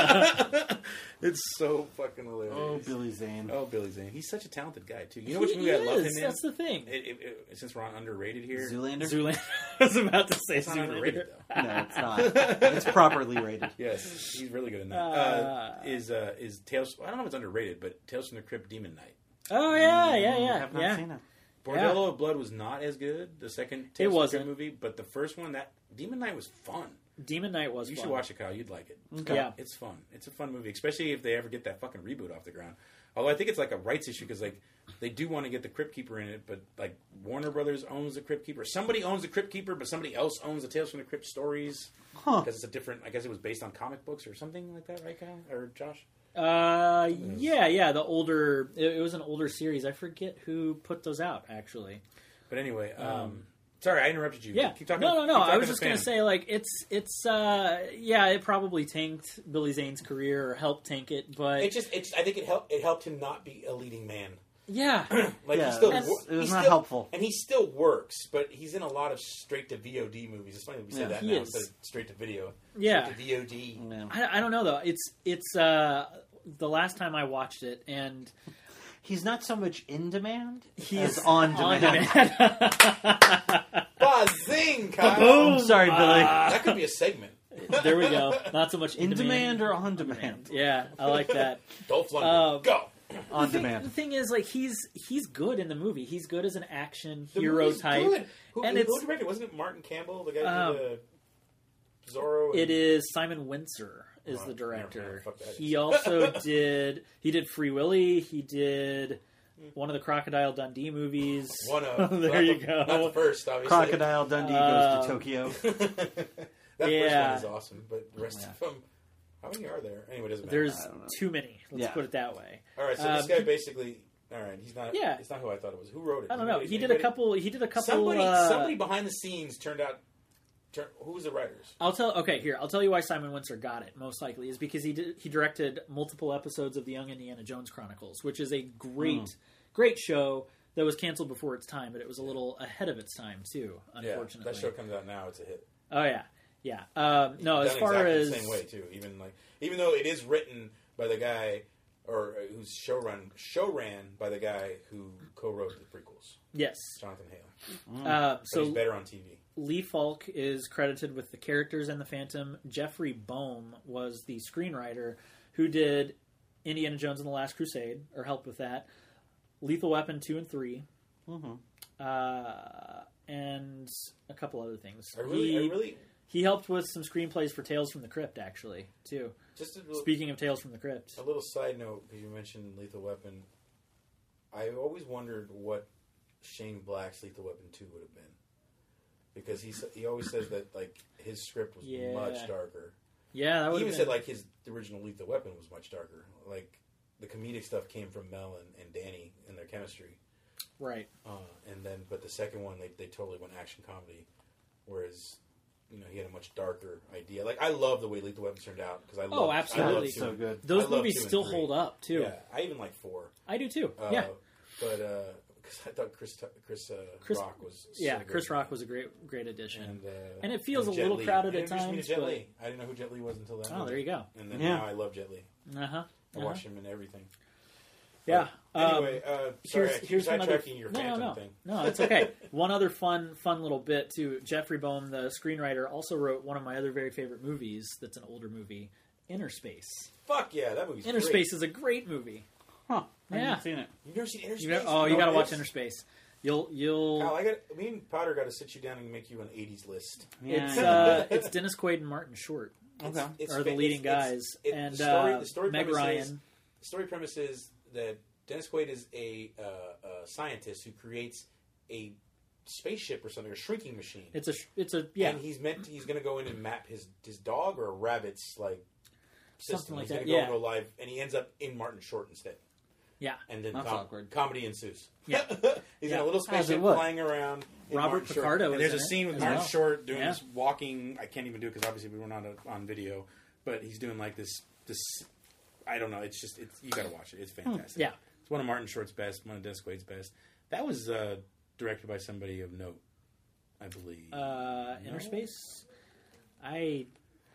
Speaker 2: It's so fucking hilarious.
Speaker 4: Oh, Billy Zane.
Speaker 2: Oh, Billy Zane. He's such a talented guy too. You know which
Speaker 3: He
Speaker 2: movie I love him
Speaker 3: is,
Speaker 2: in?
Speaker 3: That's the thing.
Speaker 2: It- it- it- since we're on underrated here,
Speaker 4: Zoolander.
Speaker 3: Zoolander. I was about to say
Speaker 2: it's not underrated
Speaker 3: Zoolander.
Speaker 2: though.
Speaker 4: No, it's not. It's properly rated.
Speaker 2: Yes, he's really good in that.
Speaker 3: Ah.
Speaker 2: Uh, is uh, is Tales? I don't know if it's underrated, but Tales from the Crypt, Demon Knight.
Speaker 3: Oh yeah, yeah,
Speaker 4: I
Speaker 3: yeah,
Speaker 4: Mm, have not
Speaker 3: yeah.
Speaker 4: seen it.
Speaker 2: Bordello of Blood was not as good. The second Tales of the
Speaker 3: wasn't.
Speaker 2: Crypt movie, but the first one, that Demon Knight was fun.
Speaker 3: Demon Knight was.
Speaker 2: You
Speaker 3: fun.
Speaker 2: should watch it, Kyle. You'd like it.
Speaker 4: Okay.
Speaker 3: Yeah.
Speaker 2: It's fun. It's a fun movie, especially if they ever get that fucking reboot off the ground. Although I think it's like a rights issue because like they do want to get the Crypt Keeper in it, but like Warner Brothers owns the Crypt Keeper. Somebody owns the Crypt Keeper, but somebody else owns the Tales from the Crypt stories
Speaker 4: Huh.
Speaker 2: because it's a different. I guess it was based on comic books or something like that, right, Kyle or Josh?
Speaker 3: Uh, yeah, yeah. The older it, it was an older series. I forget who put those out actually.
Speaker 2: But anyway, um, sorry I interrupted you.
Speaker 3: Yeah,
Speaker 2: keep talking.
Speaker 3: No, no, no.
Speaker 2: keep talking
Speaker 3: I was
Speaker 2: to
Speaker 3: just gonna
Speaker 2: Phantom.
Speaker 3: say like it's it's uh yeah it probably tanked Billy Zane's career or helped tank it, but
Speaker 5: It just, it just, I think it helped. It helped him not be a leading man.
Speaker 3: yeah,
Speaker 5: Like
Speaker 4: Yeah,
Speaker 5: he still,
Speaker 4: it was-
Speaker 5: wor-
Speaker 4: it was
Speaker 5: he
Speaker 4: not
Speaker 5: still-
Speaker 4: helpful.
Speaker 5: and he still works, but he's in a lot of straight to VOD movies. It's funny that we say
Speaker 4: Yeah.
Speaker 5: that
Speaker 3: He
Speaker 5: now
Speaker 3: is.
Speaker 5: instead of straight to video.
Speaker 3: Yeah.
Speaker 5: straight to VOD.
Speaker 4: No.
Speaker 3: I, I don't know though. It's it's uh the last time I watched it and
Speaker 4: He's not so much in demand.
Speaker 3: He's
Speaker 4: He's on
Speaker 3: on
Speaker 4: demand.
Speaker 3: demand.
Speaker 5: Bazing, Kyle.
Speaker 4: I'm sorry, Billy.
Speaker 5: That could be a segment.
Speaker 3: Uh, there we go. Not so much
Speaker 4: in demand or on demand?
Speaker 3: Yeah, I like that.
Speaker 5: Dolph Lundgren,
Speaker 3: Um,
Speaker 5: go.
Speaker 4: On
Speaker 3: the thing, The
Speaker 4: demand.
Speaker 3: thing is, like he's he's good in the movie. He's good as an action
Speaker 5: The
Speaker 3: hero
Speaker 5: movie's
Speaker 3: type.
Speaker 5: good. Who,
Speaker 3: and
Speaker 5: who
Speaker 3: it's-
Speaker 5: directed? it? Wasn't it Martin Campbell, the guy
Speaker 3: Um,
Speaker 5: who did the Zorro?
Speaker 3: It
Speaker 5: and-
Speaker 3: is Simon Windsor is
Speaker 5: Oh,
Speaker 3: the director.
Speaker 5: never mind. Fuck that.
Speaker 3: He also did he did Free Willy. He did one of the Crocodile Dundee movies.
Speaker 5: Hmm. One of
Speaker 3: there
Speaker 5: not
Speaker 3: you
Speaker 5: the-
Speaker 3: go.
Speaker 5: Not the first, obviously.
Speaker 4: Crocodile Dundee goes
Speaker 3: Um,
Speaker 4: to Tokyo.
Speaker 5: that first
Speaker 3: Yeah.
Speaker 5: one is awesome, but the rest of them. How many are there? Anyway, it doesn't matter.
Speaker 3: There's
Speaker 4: I don't know.
Speaker 3: too many. Let's
Speaker 4: Yeah.
Speaker 3: put it that way.
Speaker 5: all right. So this
Speaker 3: um,
Speaker 5: guy
Speaker 3: he-
Speaker 5: basically. All right, he's not.
Speaker 3: Yeah.
Speaker 5: Yeah, it's not who I thought it was. Who wrote it?
Speaker 3: I don't know.
Speaker 5: Anybody-
Speaker 3: He did a
Speaker 5: anybody-
Speaker 3: couple. He did a couple.
Speaker 5: Somebody,
Speaker 3: uh,
Speaker 5: somebody behind the scenes turned out. Turn, who was the writers?
Speaker 3: I'll tell. Okay, here I'll tell you why Simon Windsor got it. Most likely is because he did, he directed multiple episodes of the Young Indiana Jones Chronicles, which is a great
Speaker 4: Hmm.
Speaker 3: great show that was canceled before its time, but it was a little ahead of its time too.
Speaker 5: Yeah,
Speaker 3: Unfortunately,
Speaker 5: that show comes out now. It's a hit.
Speaker 3: Oh yeah, yeah. Um, no, as
Speaker 5: Done
Speaker 3: far
Speaker 5: exactly
Speaker 3: as
Speaker 5: the same way too. Even like, even though it is written by the guy or uh, who's show run show ran by the guy who co-wrote the prequels,
Speaker 3: yes,
Speaker 5: Jonathan Hale.
Speaker 3: uh,
Speaker 5: So he's
Speaker 3: so
Speaker 5: better on TV.
Speaker 3: Lee Falk is credited with the characters and the Phantom. Jeffrey Boehm was the screenwriter who did Indiana Jones and the Last Crusade, or helped with that. Lethal Weapon two and 3 uh, and a couple other things.
Speaker 5: I really,
Speaker 3: he,
Speaker 5: I really
Speaker 3: he helped with some screenplays for Tales from the Crypt, actually, too.
Speaker 5: just a little,
Speaker 3: Speaking of Tales from the Crypt,
Speaker 5: a little side note because you mentioned Lethal Weapon. I always wondered what Shane Black's Lethal Weapon two would have been because he s- he always says that like his script was
Speaker 3: Yeah.
Speaker 5: much darker.
Speaker 3: Yeah, that
Speaker 5: He
Speaker 3: would
Speaker 5: even
Speaker 3: have
Speaker 5: said
Speaker 3: been.
Speaker 5: like his original Lethal Weapon was much darker. Like the comedic stuff came from Mel and, and Danny and their chemistry.
Speaker 3: right.
Speaker 5: Uh, and then, but the second one, they, they totally went action comedy, whereas you know he had a much darker idea. Like I love the way Lethal Weapon turned out because I love
Speaker 3: Oh, absolutely.
Speaker 5: I love two
Speaker 4: So
Speaker 5: and-
Speaker 4: good.
Speaker 5: I
Speaker 3: Those
Speaker 5: love
Speaker 3: movies
Speaker 5: two and
Speaker 3: still
Speaker 5: three.
Speaker 3: hold up too.
Speaker 5: Yeah, I even like four.
Speaker 3: I do too.
Speaker 5: Uh,
Speaker 3: yeah.
Speaker 5: but uh, because I thought Chris Tu- Chris, uh,
Speaker 3: Chris-
Speaker 5: Rock was so
Speaker 3: Yeah,
Speaker 5: good.
Speaker 3: Chris Rock was a great great addition.
Speaker 5: and uh,
Speaker 3: and it feels a
Speaker 5: Jet
Speaker 3: little
Speaker 5: Li.
Speaker 3: crowded
Speaker 5: It
Speaker 3: at
Speaker 5: introduced me to
Speaker 3: times,
Speaker 5: Jet
Speaker 3: but-
Speaker 5: Li. I didn't know who Jet Li was until then.
Speaker 3: Oh, there you go.
Speaker 5: And then
Speaker 4: Yeah.
Speaker 5: now I love Jet Li.
Speaker 3: Uh huh.
Speaker 5: I watch him in everything.
Speaker 3: Yeah. Um,
Speaker 5: uh-huh. Anyway, uh, sorry, I keep sidetracking your
Speaker 3: no, no,
Speaker 5: Phantom
Speaker 3: no.
Speaker 5: thing.
Speaker 3: No, it's okay. one other fun, fun little bit too. Jeffrey Boehm, the screenwriter, also wrote one of my other very favorite movies. That's an older movie, Inner Space.
Speaker 5: Fuck yeah, that movie's
Speaker 3: Inner
Speaker 5: great.
Speaker 3: Space is a great movie.
Speaker 4: Huh. I
Speaker 3: Yeah.
Speaker 4: haven't seen it.
Speaker 5: You've never seen Inner Space?
Speaker 3: You got- oh, you got to watch
Speaker 5: it's-
Speaker 3: Inner Space. You'll, you'll.
Speaker 5: Al, I got me and Potter got to sit you down and make you an '80s list.
Speaker 4: Yeah,
Speaker 3: it's
Speaker 4: I
Speaker 3: uh, it's Dennis Quaid and Martin Short
Speaker 4: Okay.
Speaker 3: are the
Speaker 5: fa- it's-
Speaker 3: leading guys,
Speaker 5: it's- it-
Speaker 3: and
Speaker 5: the story,
Speaker 3: uh,
Speaker 5: the story
Speaker 3: Meg
Speaker 5: premise
Speaker 3: Ryan.
Speaker 5: Is, the story premise is that Dennis Quaid is a, uh, a scientist who creates a spaceship or something, a shrinking machine.
Speaker 3: It's a, sh- it's a, yeah,
Speaker 5: and he's meant to, he's going to go in and map his his dog or a rabbit's like system.
Speaker 3: Something like
Speaker 5: he's
Speaker 3: that,
Speaker 5: Gonna go
Speaker 3: yeah.
Speaker 5: and go live, and he ends up in Martin Short instead.
Speaker 3: yeah.
Speaker 5: And then
Speaker 4: That's
Speaker 5: com-
Speaker 4: awkward.
Speaker 5: comedy ensues.
Speaker 3: Yeah.
Speaker 5: he's in
Speaker 3: Yeah.
Speaker 5: a little
Speaker 4: As it
Speaker 5: spaceship
Speaker 4: would.
Speaker 5: flying around. in
Speaker 3: Robert
Speaker 5: Martin Short.
Speaker 3: Picardo
Speaker 2: And
Speaker 3: is
Speaker 2: there's a
Speaker 3: in it
Speaker 2: scene with
Speaker 3: as
Speaker 2: Martin
Speaker 3: well.
Speaker 2: Short doing
Speaker 3: Yeah.
Speaker 2: this walking. I can't even do it because obviously we were not on- on video, but he's doing like this. This I don't know. It's just it's you got to watch it. It's fantastic.
Speaker 3: Hmm. Yeah.
Speaker 2: it's one of Martin Short's best. One of Dennis Quaid's best. That was uh, directed by somebody of note, I believe.
Speaker 3: Uh, Inner Space. I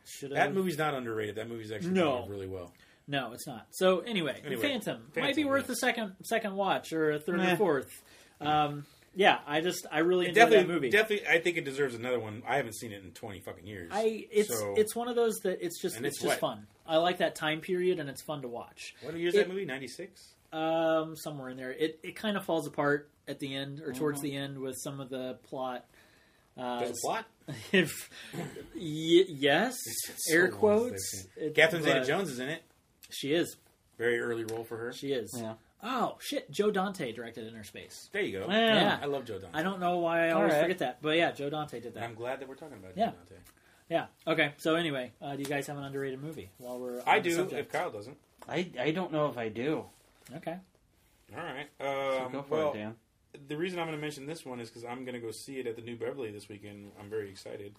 Speaker 3: should have.
Speaker 2: that movie's not underrated. That movie's actually
Speaker 3: No.
Speaker 2: done really well.
Speaker 3: No, it's not. So anyway, The
Speaker 2: Anyway,
Speaker 3: Phantom, might be
Speaker 2: Phantom,
Speaker 3: worth
Speaker 2: yeah.
Speaker 3: a second second watch or a third
Speaker 4: Meh.
Speaker 3: or fourth. Um, yeah, I just I really enjoyed
Speaker 2: Definitely,
Speaker 3: that movie.
Speaker 2: definitely. I think it deserves another one. I haven't seen it in twenty fucking years.
Speaker 3: I it's
Speaker 2: so-
Speaker 3: it's one of those that it's just
Speaker 2: And
Speaker 3: it's,
Speaker 2: it's
Speaker 3: just
Speaker 2: wet.
Speaker 3: fun. I like that time period and it's fun to watch.
Speaker 2: what year is
Speaker 3: it-
Speaker 2: that movie? Ninety six.
Speaker 3: Um, somewhere in there, it it kind of falls apart at the end or towards the end with some of the plot. Uh,
Speaker 2: There's a Mm-hmm. plot.
Speaker 3: If y- yes,
Speaker 2: It's so
Speaker 3: air
Speaker 2: long since I've
Speaker 3: quotes.
Speaker 2: seen it.
Speaker 3: It-
Speaker 2: Catherine Zeta
Speaker 3: but
Speaker 2: Jones is in it.
Speaker 3: She is.
Speaker 2: Very early role for her.
Speaker 3: She is.
Speaker 4: Yeah.
Speaker 3: Oh shit! Joe Dante directed Inner Space.
Speaker 2: There you go.
Speaker 4: Yeah.
Speaker 3: Yeah.
Speaker 2: I love Joe Dante.
Speaker 3: I don't know why I always
Speaker 4: right.
Speaker 3: forget that, but yeah, Joe Dante did
Speaker 2: And
Speaker 3: that.
Speaker 2: I'm glad that we're talking about
Speaker 3: Yeah.
Speaker 2: Joe Dante.
Speaker 3: Yeah. Okay. So anyway, uh, do you guys have an underrated movie? While we're on
Speaker 2: I
Speaker 3: the
Speaker 2: do. If
Speaker 3: subject?
Speaker 2: Kyle doesn't.
Speaker 4: I, I don't know if I do.
Speaker 3: Okay.
Speaker 2: All right.
Speaker 4: So
Speaker 2: Um,
Speaker 4: go for
Speaker 2: well,
Speaker 4: it, Dan.
Speaker 2: the reason I'm going to mention this one is because I'm going to go see it at the New Beverly this weekend. I'm very excited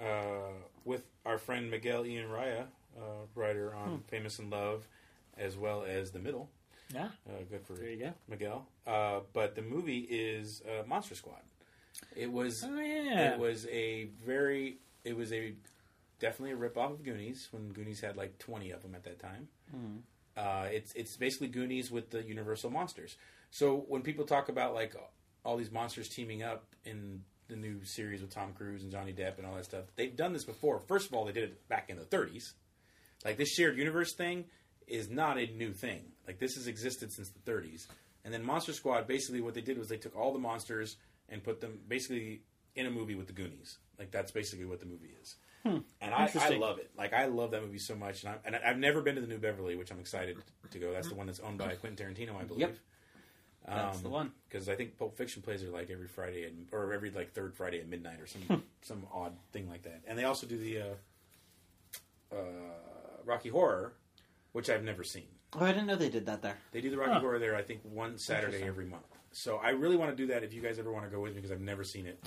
Speaker 2: uh, with our friend Miguel Ian Raya, uh, writer on
Speaker 3: Hmm.
Speaker 2: Famous in Love, as well as The Middle.
Speaker 3: Yeah.
Speaker 2: Uh, good for
Speaker 3: There you go.
Speaker 2: Miguel. Uh, but the movie is uh, Monster Squad. It was.
Speaker 3: Oh yeah.
Speaker 2: It was a very. It was a definitely a rip off of Goonies when Goonies had like twenty of them at that time. Uh, it's it's basically Goonies with the Universal monsters. So when people talk about like all these monsters teaming up in the new series with Tom Cruise and Johnny Depp and all that stuff, they've done this before. First of all, they did it back in the '30s. Like this shared universe thing is not a new thing. Like this has existed since the 30s. And then Monster Squad, basically, what they did was they took all the monsters and put them basically in a movie with the Goonies. Like that's basically what the movie is. And I, I
Speaker 3: Interesting.
Speaker 2: love it. Like I love that movie so much. And, I, and I- I've never been to the New Beverly, which I'm excited to go. That's the one that's owned by Quentin Tarantino, I believe.
Speaker 4: Yep. That's
Speaker 2: Um,
Speaker 4: the one.
Speaker 2: Because I think Pulp Fiction plays are like every Friday at, or every like third Friday at midnight or
Speaker 3: Hmm.
Speaker 2: some some odd thing like that. And they also do the uh, uh, Rocky Horror, which I've never seen.
Speaker 4: Oh, I didn't know they did that there.
Speaker 2: They do the Rocky
Speaker 3: Huh.
Speaker 2: Horror there, I think, one Saturday
Speaker 4: Interesting.
Speaker 2: every month. So I really want to do that if you guys ever want to go with me because I've never seen it.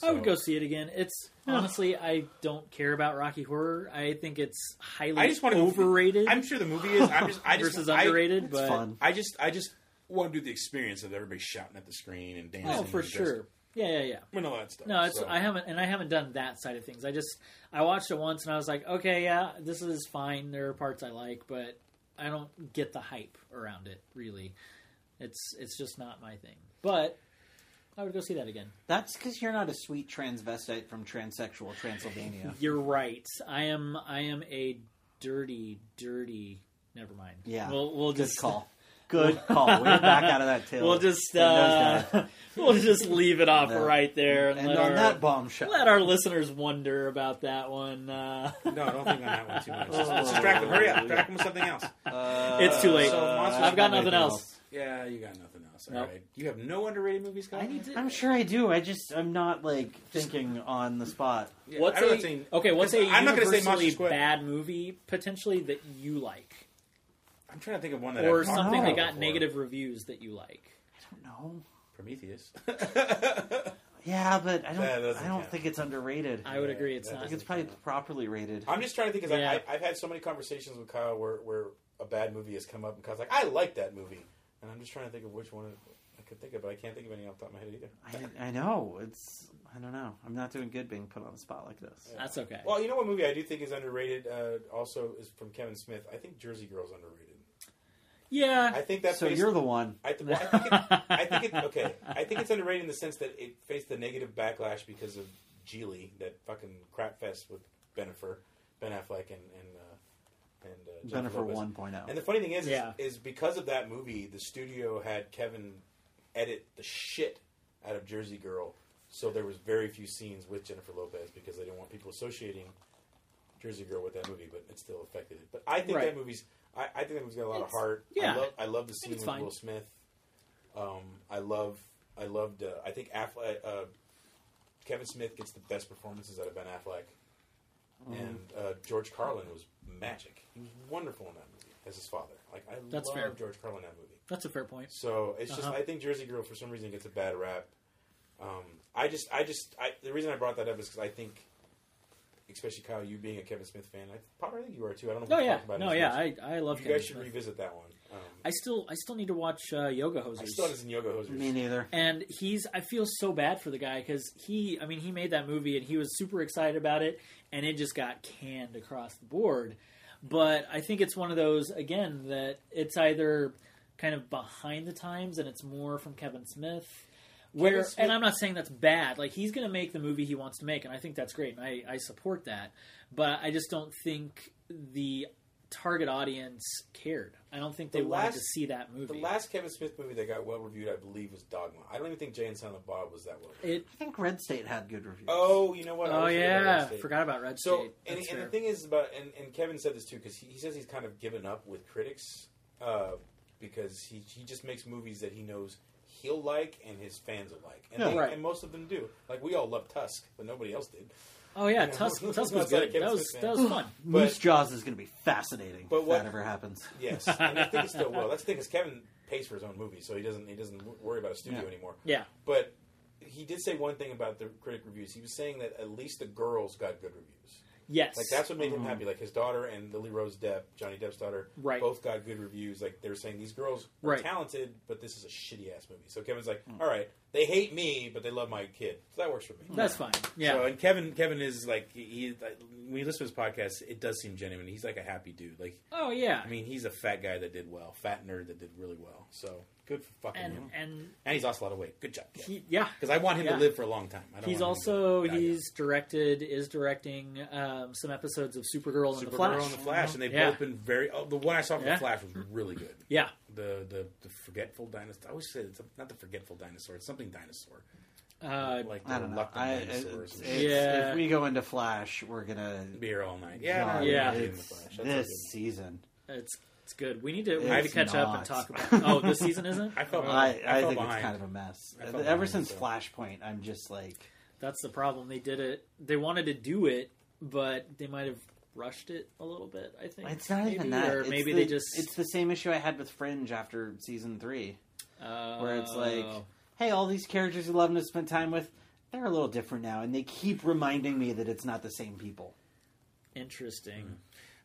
Speaker 3: I would
Speaker 2: So-
Speaker 3: go see it again. It's honestly, I don't care about Rocky Horror. I think it's highly
Speaker 2: I just want to
Speaker 3: overrated
Speaker 2: I'm sure the movie is. I'm just. I just
Speaker 3: versus
Speaker 2: I-
Speaker 3: underrated,
Speaker 4: It's
Speaker 3: but
Speaker 4: fun.
Speaker 2: I just. I just want to do the experience of everybody shouting at the screen and dancing.
Speaker 3: oh, for
Speaker 2: and just-
Speaker 3: sure. Yeah, yeah, yeah.
Speaker 2: And all that stuff.
Speaker 3: No, it's
Speaker 2: So-
Speaker 3: I haven't, and I haven't done that side of things. I just I watched it once and I was like, okay, yeah, this is fine. There are parts I like, but I don't get the hype around it. Really, it's it's just not my thing. But I would go see that again.
Speaker 4: That's because you're not a sweet transvestite from transsexual Transylvania.
Speaker 3: You're right. I am I am a dirty, dirty. Never mind.
Speaker 4: Yeah.
Speaker 3: we'll we'll
Speaker 4: Good
Speaker 3: just
Speaker 4: call. Good call. We're back out of that tail.
Speaker 3: We'll just
Speaker 4: Windows
Speaker 3: uh, we'll just leave it off
Speaker 4: Yeah.
Speaker 3: right there and,
Speaker 4: and
Speaker 3: let
Speaker 4: on
Speaker 3: our,
Speaker 4: that bombshell.
Speaker 3: let our listeners wonder about that one. Uh,
Speaker 2: No, don't think on that one too much. Just, just distract them. Hurry up. Distract them with something else.
Speaker 4: Uh,
Speaker 3: It's too late.
Speaker 2: So, Monster
Speaker 3: I've got
Speaker 2: Squad-
Speaker 3: nothing else.
Speaker 2: Yeah, you got nothing else.
Speaker 8: It's
Speaker 3: Nope.
Speaker 8: alright. You have no underrated movies, Kyle?
Speaker 3: I need to.
Speaker 4: I'm sure I do. I just I'm not like thinking on the spot.
Speaker 8: Yeah,
Speaker 3: What's
Speaker 8: I don't
Speaker 3: a,
Speaker 8: know if it's
Speaker 3: okay? What's a
Speaker 8: 'cause I'm not gonna say
Speaker 3: universally
Speaker 8: Monster Squad.
Speaker 3: bad movie potentially that you like,
Speaker 8: I'm trying to think of one that
Speaker 3: or
Speaker 8: I've talked
Speaker 3: something
Speaker 8: about
Speaker 3: that got
Speaker 8: before.
Speaker 3: negative reviews that you like?
Speaker 4: I don't know.
Speaker 8: Prometheus.
Speaker 4: Yeah, but I
Speaker 8: That
Speaker 4: don't.
Speaker 8: doesn't
Speaker 4: I don't
Speaker 8: count.
Speaker 4: think it's underrated. I
Speaker 3: I would
Speaker 8: Yeah,
Speaker 3: agree. It's
Speaker 8: that
Speaker 3: not.
Speaker 4: think it's probably properly rated.
Speaker 2: I'm just trying to think because
Speaker 3: Yeah.
Speaker 2: I, I've had so many conversations with Kyle where, where a bad movie has come up and Kyle's like, I like that movie, and I'm just trying to think of which one I could think of, but I can't think of any off the top of my head either.
Speaker 4: I, I know it's. I don't know. I'm not doing good being put on the spot like this.
Speaker 3: That's okay.
Speaker 2: Well, you know what movie I do think is underrated uh, also is from Kevin Smith. I think Jersey Girl's underrated.
Speaker 3: yeah.
Speaker 2: I think that.
Speaker 4: so
Speaker 2: faced-
Speaker 4: you're the one.
Speaker 2: I, th- well, I think it, I think it, okay. I think it's underrated in the sense that it faced the negative backlash because of Geely, that fucking crap fest with Benifer, Ben Affleck, and and uh, and uh, Jennifer
Speaker 4: Jennifer oh.
Speaker 2: Lopez.
Speaker 4: 1.0.
Speaker 2: And the funny thing is, is-
Speaker 3: Yeah.
Speaker 2: is, because of that movie, the studio had Kevin edit the shit out of Jersey Girl, so there was very few scenes with Jennifer Lopez because they didn't want people associating Jersey Girl with that movie, but it still affected it. But I think
Speaker 3: Right.
Speaker 2: that movie's, I, I think that movie's got a lot of
Speaker 3: It's-
Speaker 2: heart.
Speaker 3: yeah.
Speaker 2: I love, I love the scene
Speaker 3: it's
Speaker 2: with
Speaker 3: fine.
Speaker 2: Will Smith. Um, I love, I loved, uh, I think Affleck, uh, Kevin Smith gets the best performances out of Ben Affleck,
Speaker 3: Mm-hmm.
Speaker 2: and uh, George Carlin was magic. He was wonderful in that movie as his father. Like I
Speaker 3: That's
Speaker 2: love
Speaker 3: fair.
Speaker 2: George Carlin in that movie.
Speaker 3: That's a fair point.
Speaker 2: So it's just
Speaker 3: Uh-huh.
Speaker 2: I think Jersey Girl for some reason gets a bad rap. Um, I just I just I, the reason I brought that up is because I think, especially Kyle, you being a Kevin Smith fan, I, Potter, I think you are too. I don't know. if
Speaker 3: No,
Speaker 2: we
Speaker 3: Oh, yeah,
Speaker 2: talked about it
Speaker 3: no,
Speaker 2: as
Speaker 3: yeah.
Speaker 2: much.
Speaker 3: I I love.
Speaker 2: you
Speaker 3: Kevin
Speaker 2: guys should
Speaker 3: Smith.
Speaker 2: revisit that one. Um,
Speaker 3: I still I still need to watch uh, Yoga Hosers.
Speaker 2: I still have this in yoga hosers.
Speaker 4: Me neither.
Speaker 3: and he's i feel so bad for the guy because he i mean he made that movie and he was super excited about it and it just got canned across the board but i think it's one of those again that it's either kind of behind the times and it's more from kevin smith where
Speaker 2: Kevin Smith-
Speaker 3: and i'm not saying that's bad like he's going to make the movie he wants to make and i think that's great and I, I support that but i just don't think the target audience cared i don't think they
Speaker 2: The
Speaker 3: wanted to
Speaker 2: last-
Speaker 3: see that movie
Speaker 2: The last Kevin Smith movie that got well reviewed, I believe, was Dogma. I don't even think Jay and Silent Bob was that well. reviewed.
Speaker 3: it
Speaker 4: I think Red State had good reviews.
Speaker 2: Oh, you know what? I
Speaker 3: Oh
Speaker 2: was thinking about
Speaker 3: yeah,
Speaker 2: Red State.
Speaker 3: forgot about Red
Speaker 2: So,
Speaker 3: State.
Speaker 2: and,
Speaker 3: That's
Speaker 2: and the
Speaker 3: fair.
Speaker 2: thing is about, and, and Kevin said this too, because he, he says he's kind of given up with critics uh, because he, he just makes movies that he knows he'll like and his fans will like. And,
Speaker 4: Yeah.
Speaker 2: they-
Speaker 3: Right.
Speaker 2: and most of them do. Like, we all love Tusk, but nobody else did.
Speaker 3: oh yeah,
Speaker 2: you know,
Speaker 3: Tusk,
Speaker 2: that's
Speaker 3: Tusk
Speaker 2: not
Speaker 3: was good.
Speaker 2: Kevin
Speaker 3: That was
Speaker 2: Smith,
Speaker 3: that was
Speaker 2: man.
Speaker 3: fun.
Speaker 4: Moose
Speaker 2: but-
Speaker 4: Jaws is going to be fascinating
Speaker 2: But
Speaker 4: if
Speaker 2: what-
Speaker 4: that ever happens.
Speaker 2: Yes. and I think it's still well. That's the thing, because Kevin pays for his own movies, so he doesn't, he doesn't w- worry about a studio
Speaker 4: Yeah.
Speaker 2: anymore.
Speaker 3: Yeah,
Speaker 2: But he did say one thing about the critic reviews. He was saying that at least the girls got good reviews.
Speaker 3: yes,
Speaker 2: Like that's what made him happy. Like his daughter and Lily Rose Depp, Johnny Depp's daughter,
Speaker 3: Um, Right.
Speaker 2: both got good reviews. Like they were saying these girls are
Speaker 3: Right. Hmm.
Speaker 2: talented, but this is a shitty ass movie. So Kevin's like, all right, they hate me, but they love my kid. So that works for me.
Speaker 3: that's fine. Yeah,
Speaker 8: So, and Kevin, Kevin is like he- he. like, When you listen to his podcast, it does seem genuine. He's like a happy dude. Like
Speaker 3: oh yeah,
Speaker 8: I mean, he's a fat guy that did well, fat nerd that did really well. So good for fucking
Speaker 3: and
Speaker 8: him.
Speaker 3: and
Speaker 8: And he's lost a lot of weight. Good job.
Speaker 3: he yeah.
Speaker 8: Because I want him
Speaker 3: Yeah.
Speaker 8: to live for a long time. I don't
Speaker 3: He's
Speaker 8: want him to
Speaker 3: also
Speaker 8: die
Speaker 3: he's directed is directing um, some episodes of Supergirl and
Speaker 8: down.
Speaker 3: the Flash.
Speaker 8: Supergirl and the Flash, and they've
Speaker 3: Yeah.
Speaker 8: both been very. Oh, the one I saw from
Speaker 3: Yeah.
Speaker 8: the Flash was really good.
Speaker 3: Yeah,
Speaker 8: The the the forgetful dinosaur. I always say it's not the forgetful dinosaur. It's something dinosaur.
Speaker 3: uh,
Speaker 8: Like the
Speaker 4: I don't know.
Speaker 8: reluctant
Speaker 4: I, it's,
Speaker 8: dinosaur. or some
Speaker 4: it's-
Speaker 8: shit.
Speaker 3: Yeah.
Speaker 4: If we go into Flash, we're going to.
Speaker 8: Be here all night. Yeah, no, yeah.
Speaker 3: Yeah. Yeah.
Speaker 8: In the
Speaker 4: It's
Speaker 8: Flash. That's
Speaker 4: this
Speaker 8: all good.
Speaker 4: season.
Speaker 3: it's it's good. We need to we need to
Speaker 4: It's
Speaker 3: catch up
Speaker 4: not.
Speaker 3: and talk about. Oh, this season isn't.
Speaker 8: I felt.
Speaker 4: I, I,
Speaker 8: fell
Speaker 4: think
Speaker 8: behind.
Speaker 4: it's kind of a mess.
Speaker 8: I fell
Speaker 4: Ever
Speaker 8: behind,
Speaker 4: since
Speaker 8: so.
Speaker 4: Flashpoint, I'm just like.
Speaker 3: That's the problem. They did it. They wanted to do it, but they might have rushed it a little bit. I think
Speaker 4: It's not even
Speaker 3: maybe,
Speaker 4: that.
Speaker 3: Or
Speaker 4: It's
Speaker 3: maybe
Speaker 4: the-
Speaker 3: they just
Speaker 4: It's the same issue I had with Fringe after season three,
Speaker 3: uh,
Speaker 4: where it's like,
Speaker 8: Oh.
Speaker 4: hey, all these characters you love and have spent time with, they're a little different now, and they keep reminding me that it's not the same people.
Speaker 3: interesting.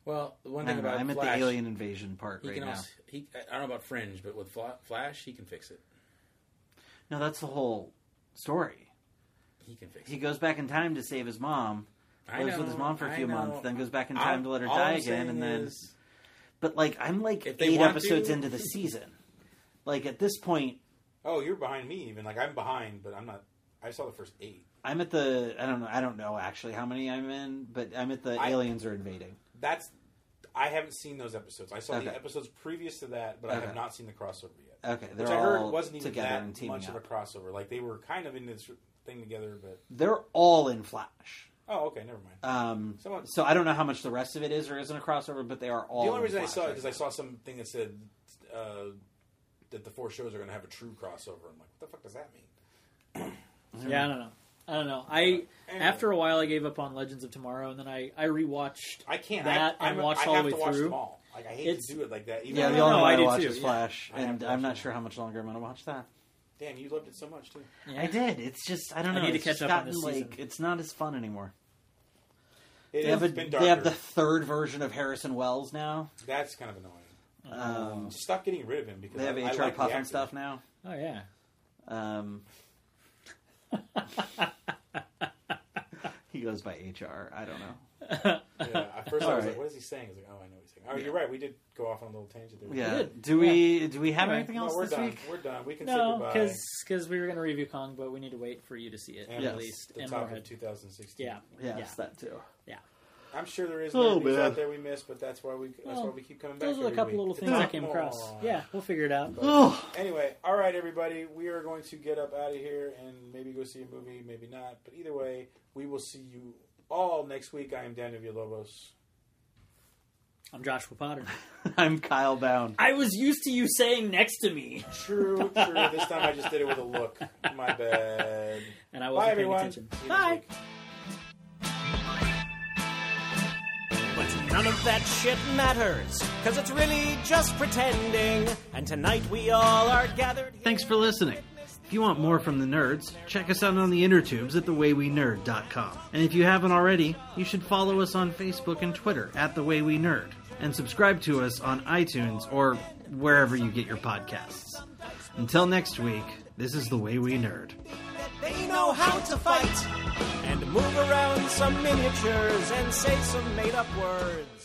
Speaker 8: Well, the one
Speaker 4: I
Speaker 8: thing
Speaker 4: don't know,
Speaker 8: about
Speaker 4: I'm at
Speaker 8: Flash,
Speaker 4: the alien invasion part
Speaker 8: He
Speaker 4: right
Speaker 8: can
Speaker 4: now.
Speaker 8: also. He, I don't know about Fringe, but with Fla- Flash, he can fix it.
Speaker 4: No, that's the whole story.
Speaker 8: He can fix
Speaker 4: He
Speaker 8: it.
Speaker 4: goes back in time to save his mom,
Speaker 8: I
Speaker 4: lives
Speaker 8: know,
Speaker 4: with his mom for a
Speaker 8: I
Speaker 4: few
Speaker 8: know.
Speaker 4: months, then goes back in
Speaker 8: All-
Speaker 4: time to let her
Speaker 8: all
Speaker 4: die
Speaker 8: I'm
Speaker 4: again,
Speaker 8: saying
Speaker 4: and then.
Speaker 8: is-
Speaker 4: But like, I'm like
Speaker 8: If they
Speaker 4: eight
Speaker 8: want
Speaker 4: episodes
Speaker 8: to-
Speaker 4: into the season. Like at this point,
Speaker 2: Oh, you're behind me even. Like I'm behind, but I'm not. I saw the first eight.
Speaker 4: I'm at the I don't know I don't know actually how many I'm in, but I'm at the
Speaker 2: I-
Speaker 4: aliens are invading.
Speaker 2: That's I haven't seen those episodes. I saw
Speaker 4: Okay.
Speaker 2: the episodes previous to that, but I
Speaker 4: Okay.
Speaker 2: have not seen the crossover yet.
Speaker 4: Okay, they're
Speaker 2: Which I heard
Speaker 4: all
Speaker 2: wasn't even
Speaker 4: together
Speaker 2: that
Speaker 4: and teaming
Speaker 2: much of a
Speaker 4: up.
Speaker 2: crossover. Like they were kind of in this thing together, but
Speaker 4: They're all in Flash.
Speaker 2: oh, okay, never mind.
Speaker 4: Um,
Speaker 2: Someone-
Speaker 4: so I don't know how much the rest of it is or isn't a crossover, but they are all.
Speaker 2: The only
Speaker 4: in
Speaker 2: reason I
Speaker 4: Flash
Speaker 2: saw it
Speaker 4: right
Speaker 2: because I
Speaker 4: now.
Speaker 2: saw something that said uh, that the four shows are going to have a true crossover. I'm like, what the fuck does that mean?
Speaker 3: Yeah, I don't know. I don't know. I after a while I gave up on Legends of Tomorrow, and then I I rewatched.
Speaker 2: I can't.
Speaker 3: That
Speaker 2: I,
Speaker 3: and
Speaker 2: I'm-
Speaker 3: watch
Speaker 2: I
Speaker 3: all
Speaker 2: have
Speaker 3: the
Speaker 2: to
Speaker 3: way
Speaker 2: watch
Speaker 3: through?
Speaker 2: them all. Like I hate
Speaker 3: It's-
Speaker 2: to do it like that. Even
Speaker 9: Yeah,
Speaker 2: though-
Speaker 9: the only
Speaker 3: no,
Speaker 9: one
Speaker 3: I
Speaker 9: I,
Speaker 3: do
Speaker 9: watch
Speaker 3: too,
Speaker 9: is
Speaker 3: yeah.
Speaker 9: Flash,
Speaker 2: I have
Speaker 9: and
Speaker 2: to
Speaker 9: I'm
Speaker 2: watch
Speaker 9: not
Speaker 2: it.
Speaker 9: sure how much longer I'm going to watch that.
Speaker 2: Damn, you loved it so much too.
Speaker 3: Yeah.
Speaker 9: I did. It's just I don't
Speaker 3: I
Speaker 9: know.
Speaker 3: need to
Speaker 9: it's
Speaker 3: catch
Speaker 9: just
Speaker 3: up on
Speaker 9: gotten,
Speaker 3: this
Speaker 9: like,
Speaker 3: season.
Speaker 9: It's not as fun anymore.
Speaker 2: It
Speaker 9: They have,
Speaker 2: has
Speaker 9: a,
Speaker 2: been
Speaker 9: they
Speaker 2: darker.
Speaker 9: have the third version of Harrison Wells now.
Speaker 2: That's kind of annoying.
Speaker 4: Oh.
Speaker 9: Um,
Speaker 2: Stop getting rid of him Oh, because
Speaker 9: they have
Speaker 2: I, I
Speaker 9: HR
Speaker 2: like the
Speaker 9: Puff and
Speaker 2: actor.
Speaker 9: stuff now.
Speaker 3: Oh yeah.
Speaker 9: Um, he goes by HR. I don't know.
Speaker 2: Yeah, at first I was
Speaker 9: Alright.
Speaker 2: like, "What is he saying?" I was like, "Oh, I know what he's saying." Oh, you're right. We did go off on a little tangent there.
Speaker 9: Yeah.
Speaker 3: did.
Speaker 9: Do we do we have
Speaker 3: Anyway,
Speaker 9: anything
Speaker 2: No,
Speaker 9: else
Speaker 2: we're
Speaker 9: this
Speaker 2: done.
Speaker 9: week?
Speaker 2: We're done. We can say
Speaker 3: No,
Speaker 2: goodbye.
Speaker 3: because we were going to review Kong, but we need to wait for you to see it
Speaker 2: and
Speaker 9: Yes.
Speaker 3: at least.
Speaker 2: the
Speaker 3: and
Speaker 2: top
Speaker 3: Warhead.
Speaker 2: of 2016.
Speaker 3: Yeah.
Speaker 9: Yes,
Speaker 3: Yeah.
Speaker 9: that too.
Speaker 3: Yeah.
Speaker 2: I'm sure there is
Speaker 9: Oh,
Speaker 2: other things
Speaker 9: man.
Speaker 2: out there we missed, but that's why we that's
Speaker 3: Well,
Speaker 2: why we keep coming back.
Speaker 3: Those are a
Speaker 2: every
Speaker 3: couple
Speaker 2: week
Speaker 3: little
Speaker 2: to
Speaker 3: things I
Speaker 2: talk
Speaker 3: came
Speaker 2: more.
Speaker 3: across. Yeah, we'll figure it out.
Speaker 9: Oh,
Speaker 2: Anyway, all right, everybody, we are going to get up out of here and maybe go see a movie, maybe not. But either way, we will see you all next week. I am Daniel Villalobos.
Speaker 3: I'm Joshua Potter.
Speaker 9: I'm Kyle Bound.
Speaker 3: I was used to you saying next to me,
Speaker 2: True, true. this time I just did it with a look. My bad.
Speaker 3: and I wasn't
Speaker 2: Bye,
Speaker 3: paying
Speaker 2: everyone.
Speaker 3: attention.
Speaker 2: See you next
Speaker 3: Bye.
Speaker 2: week.
Speaker 1: But none of that shit matters, because it's really just pretending. And tonight we all are gathered. Here.
Speaker 4: Thanks for listening. If you want more from the nerds, check us out on the inner tubes at thewaywenerd.com. And if you haven't already, you should follow us on Facebook and Twitter at The Way We Nerd, and subscribe to us on iTunes or wherever you get your podcasts. Until next week, this is The Way We Nerd.
Speaker 1: that they know how to fight and move around some miniatures and say some made up words.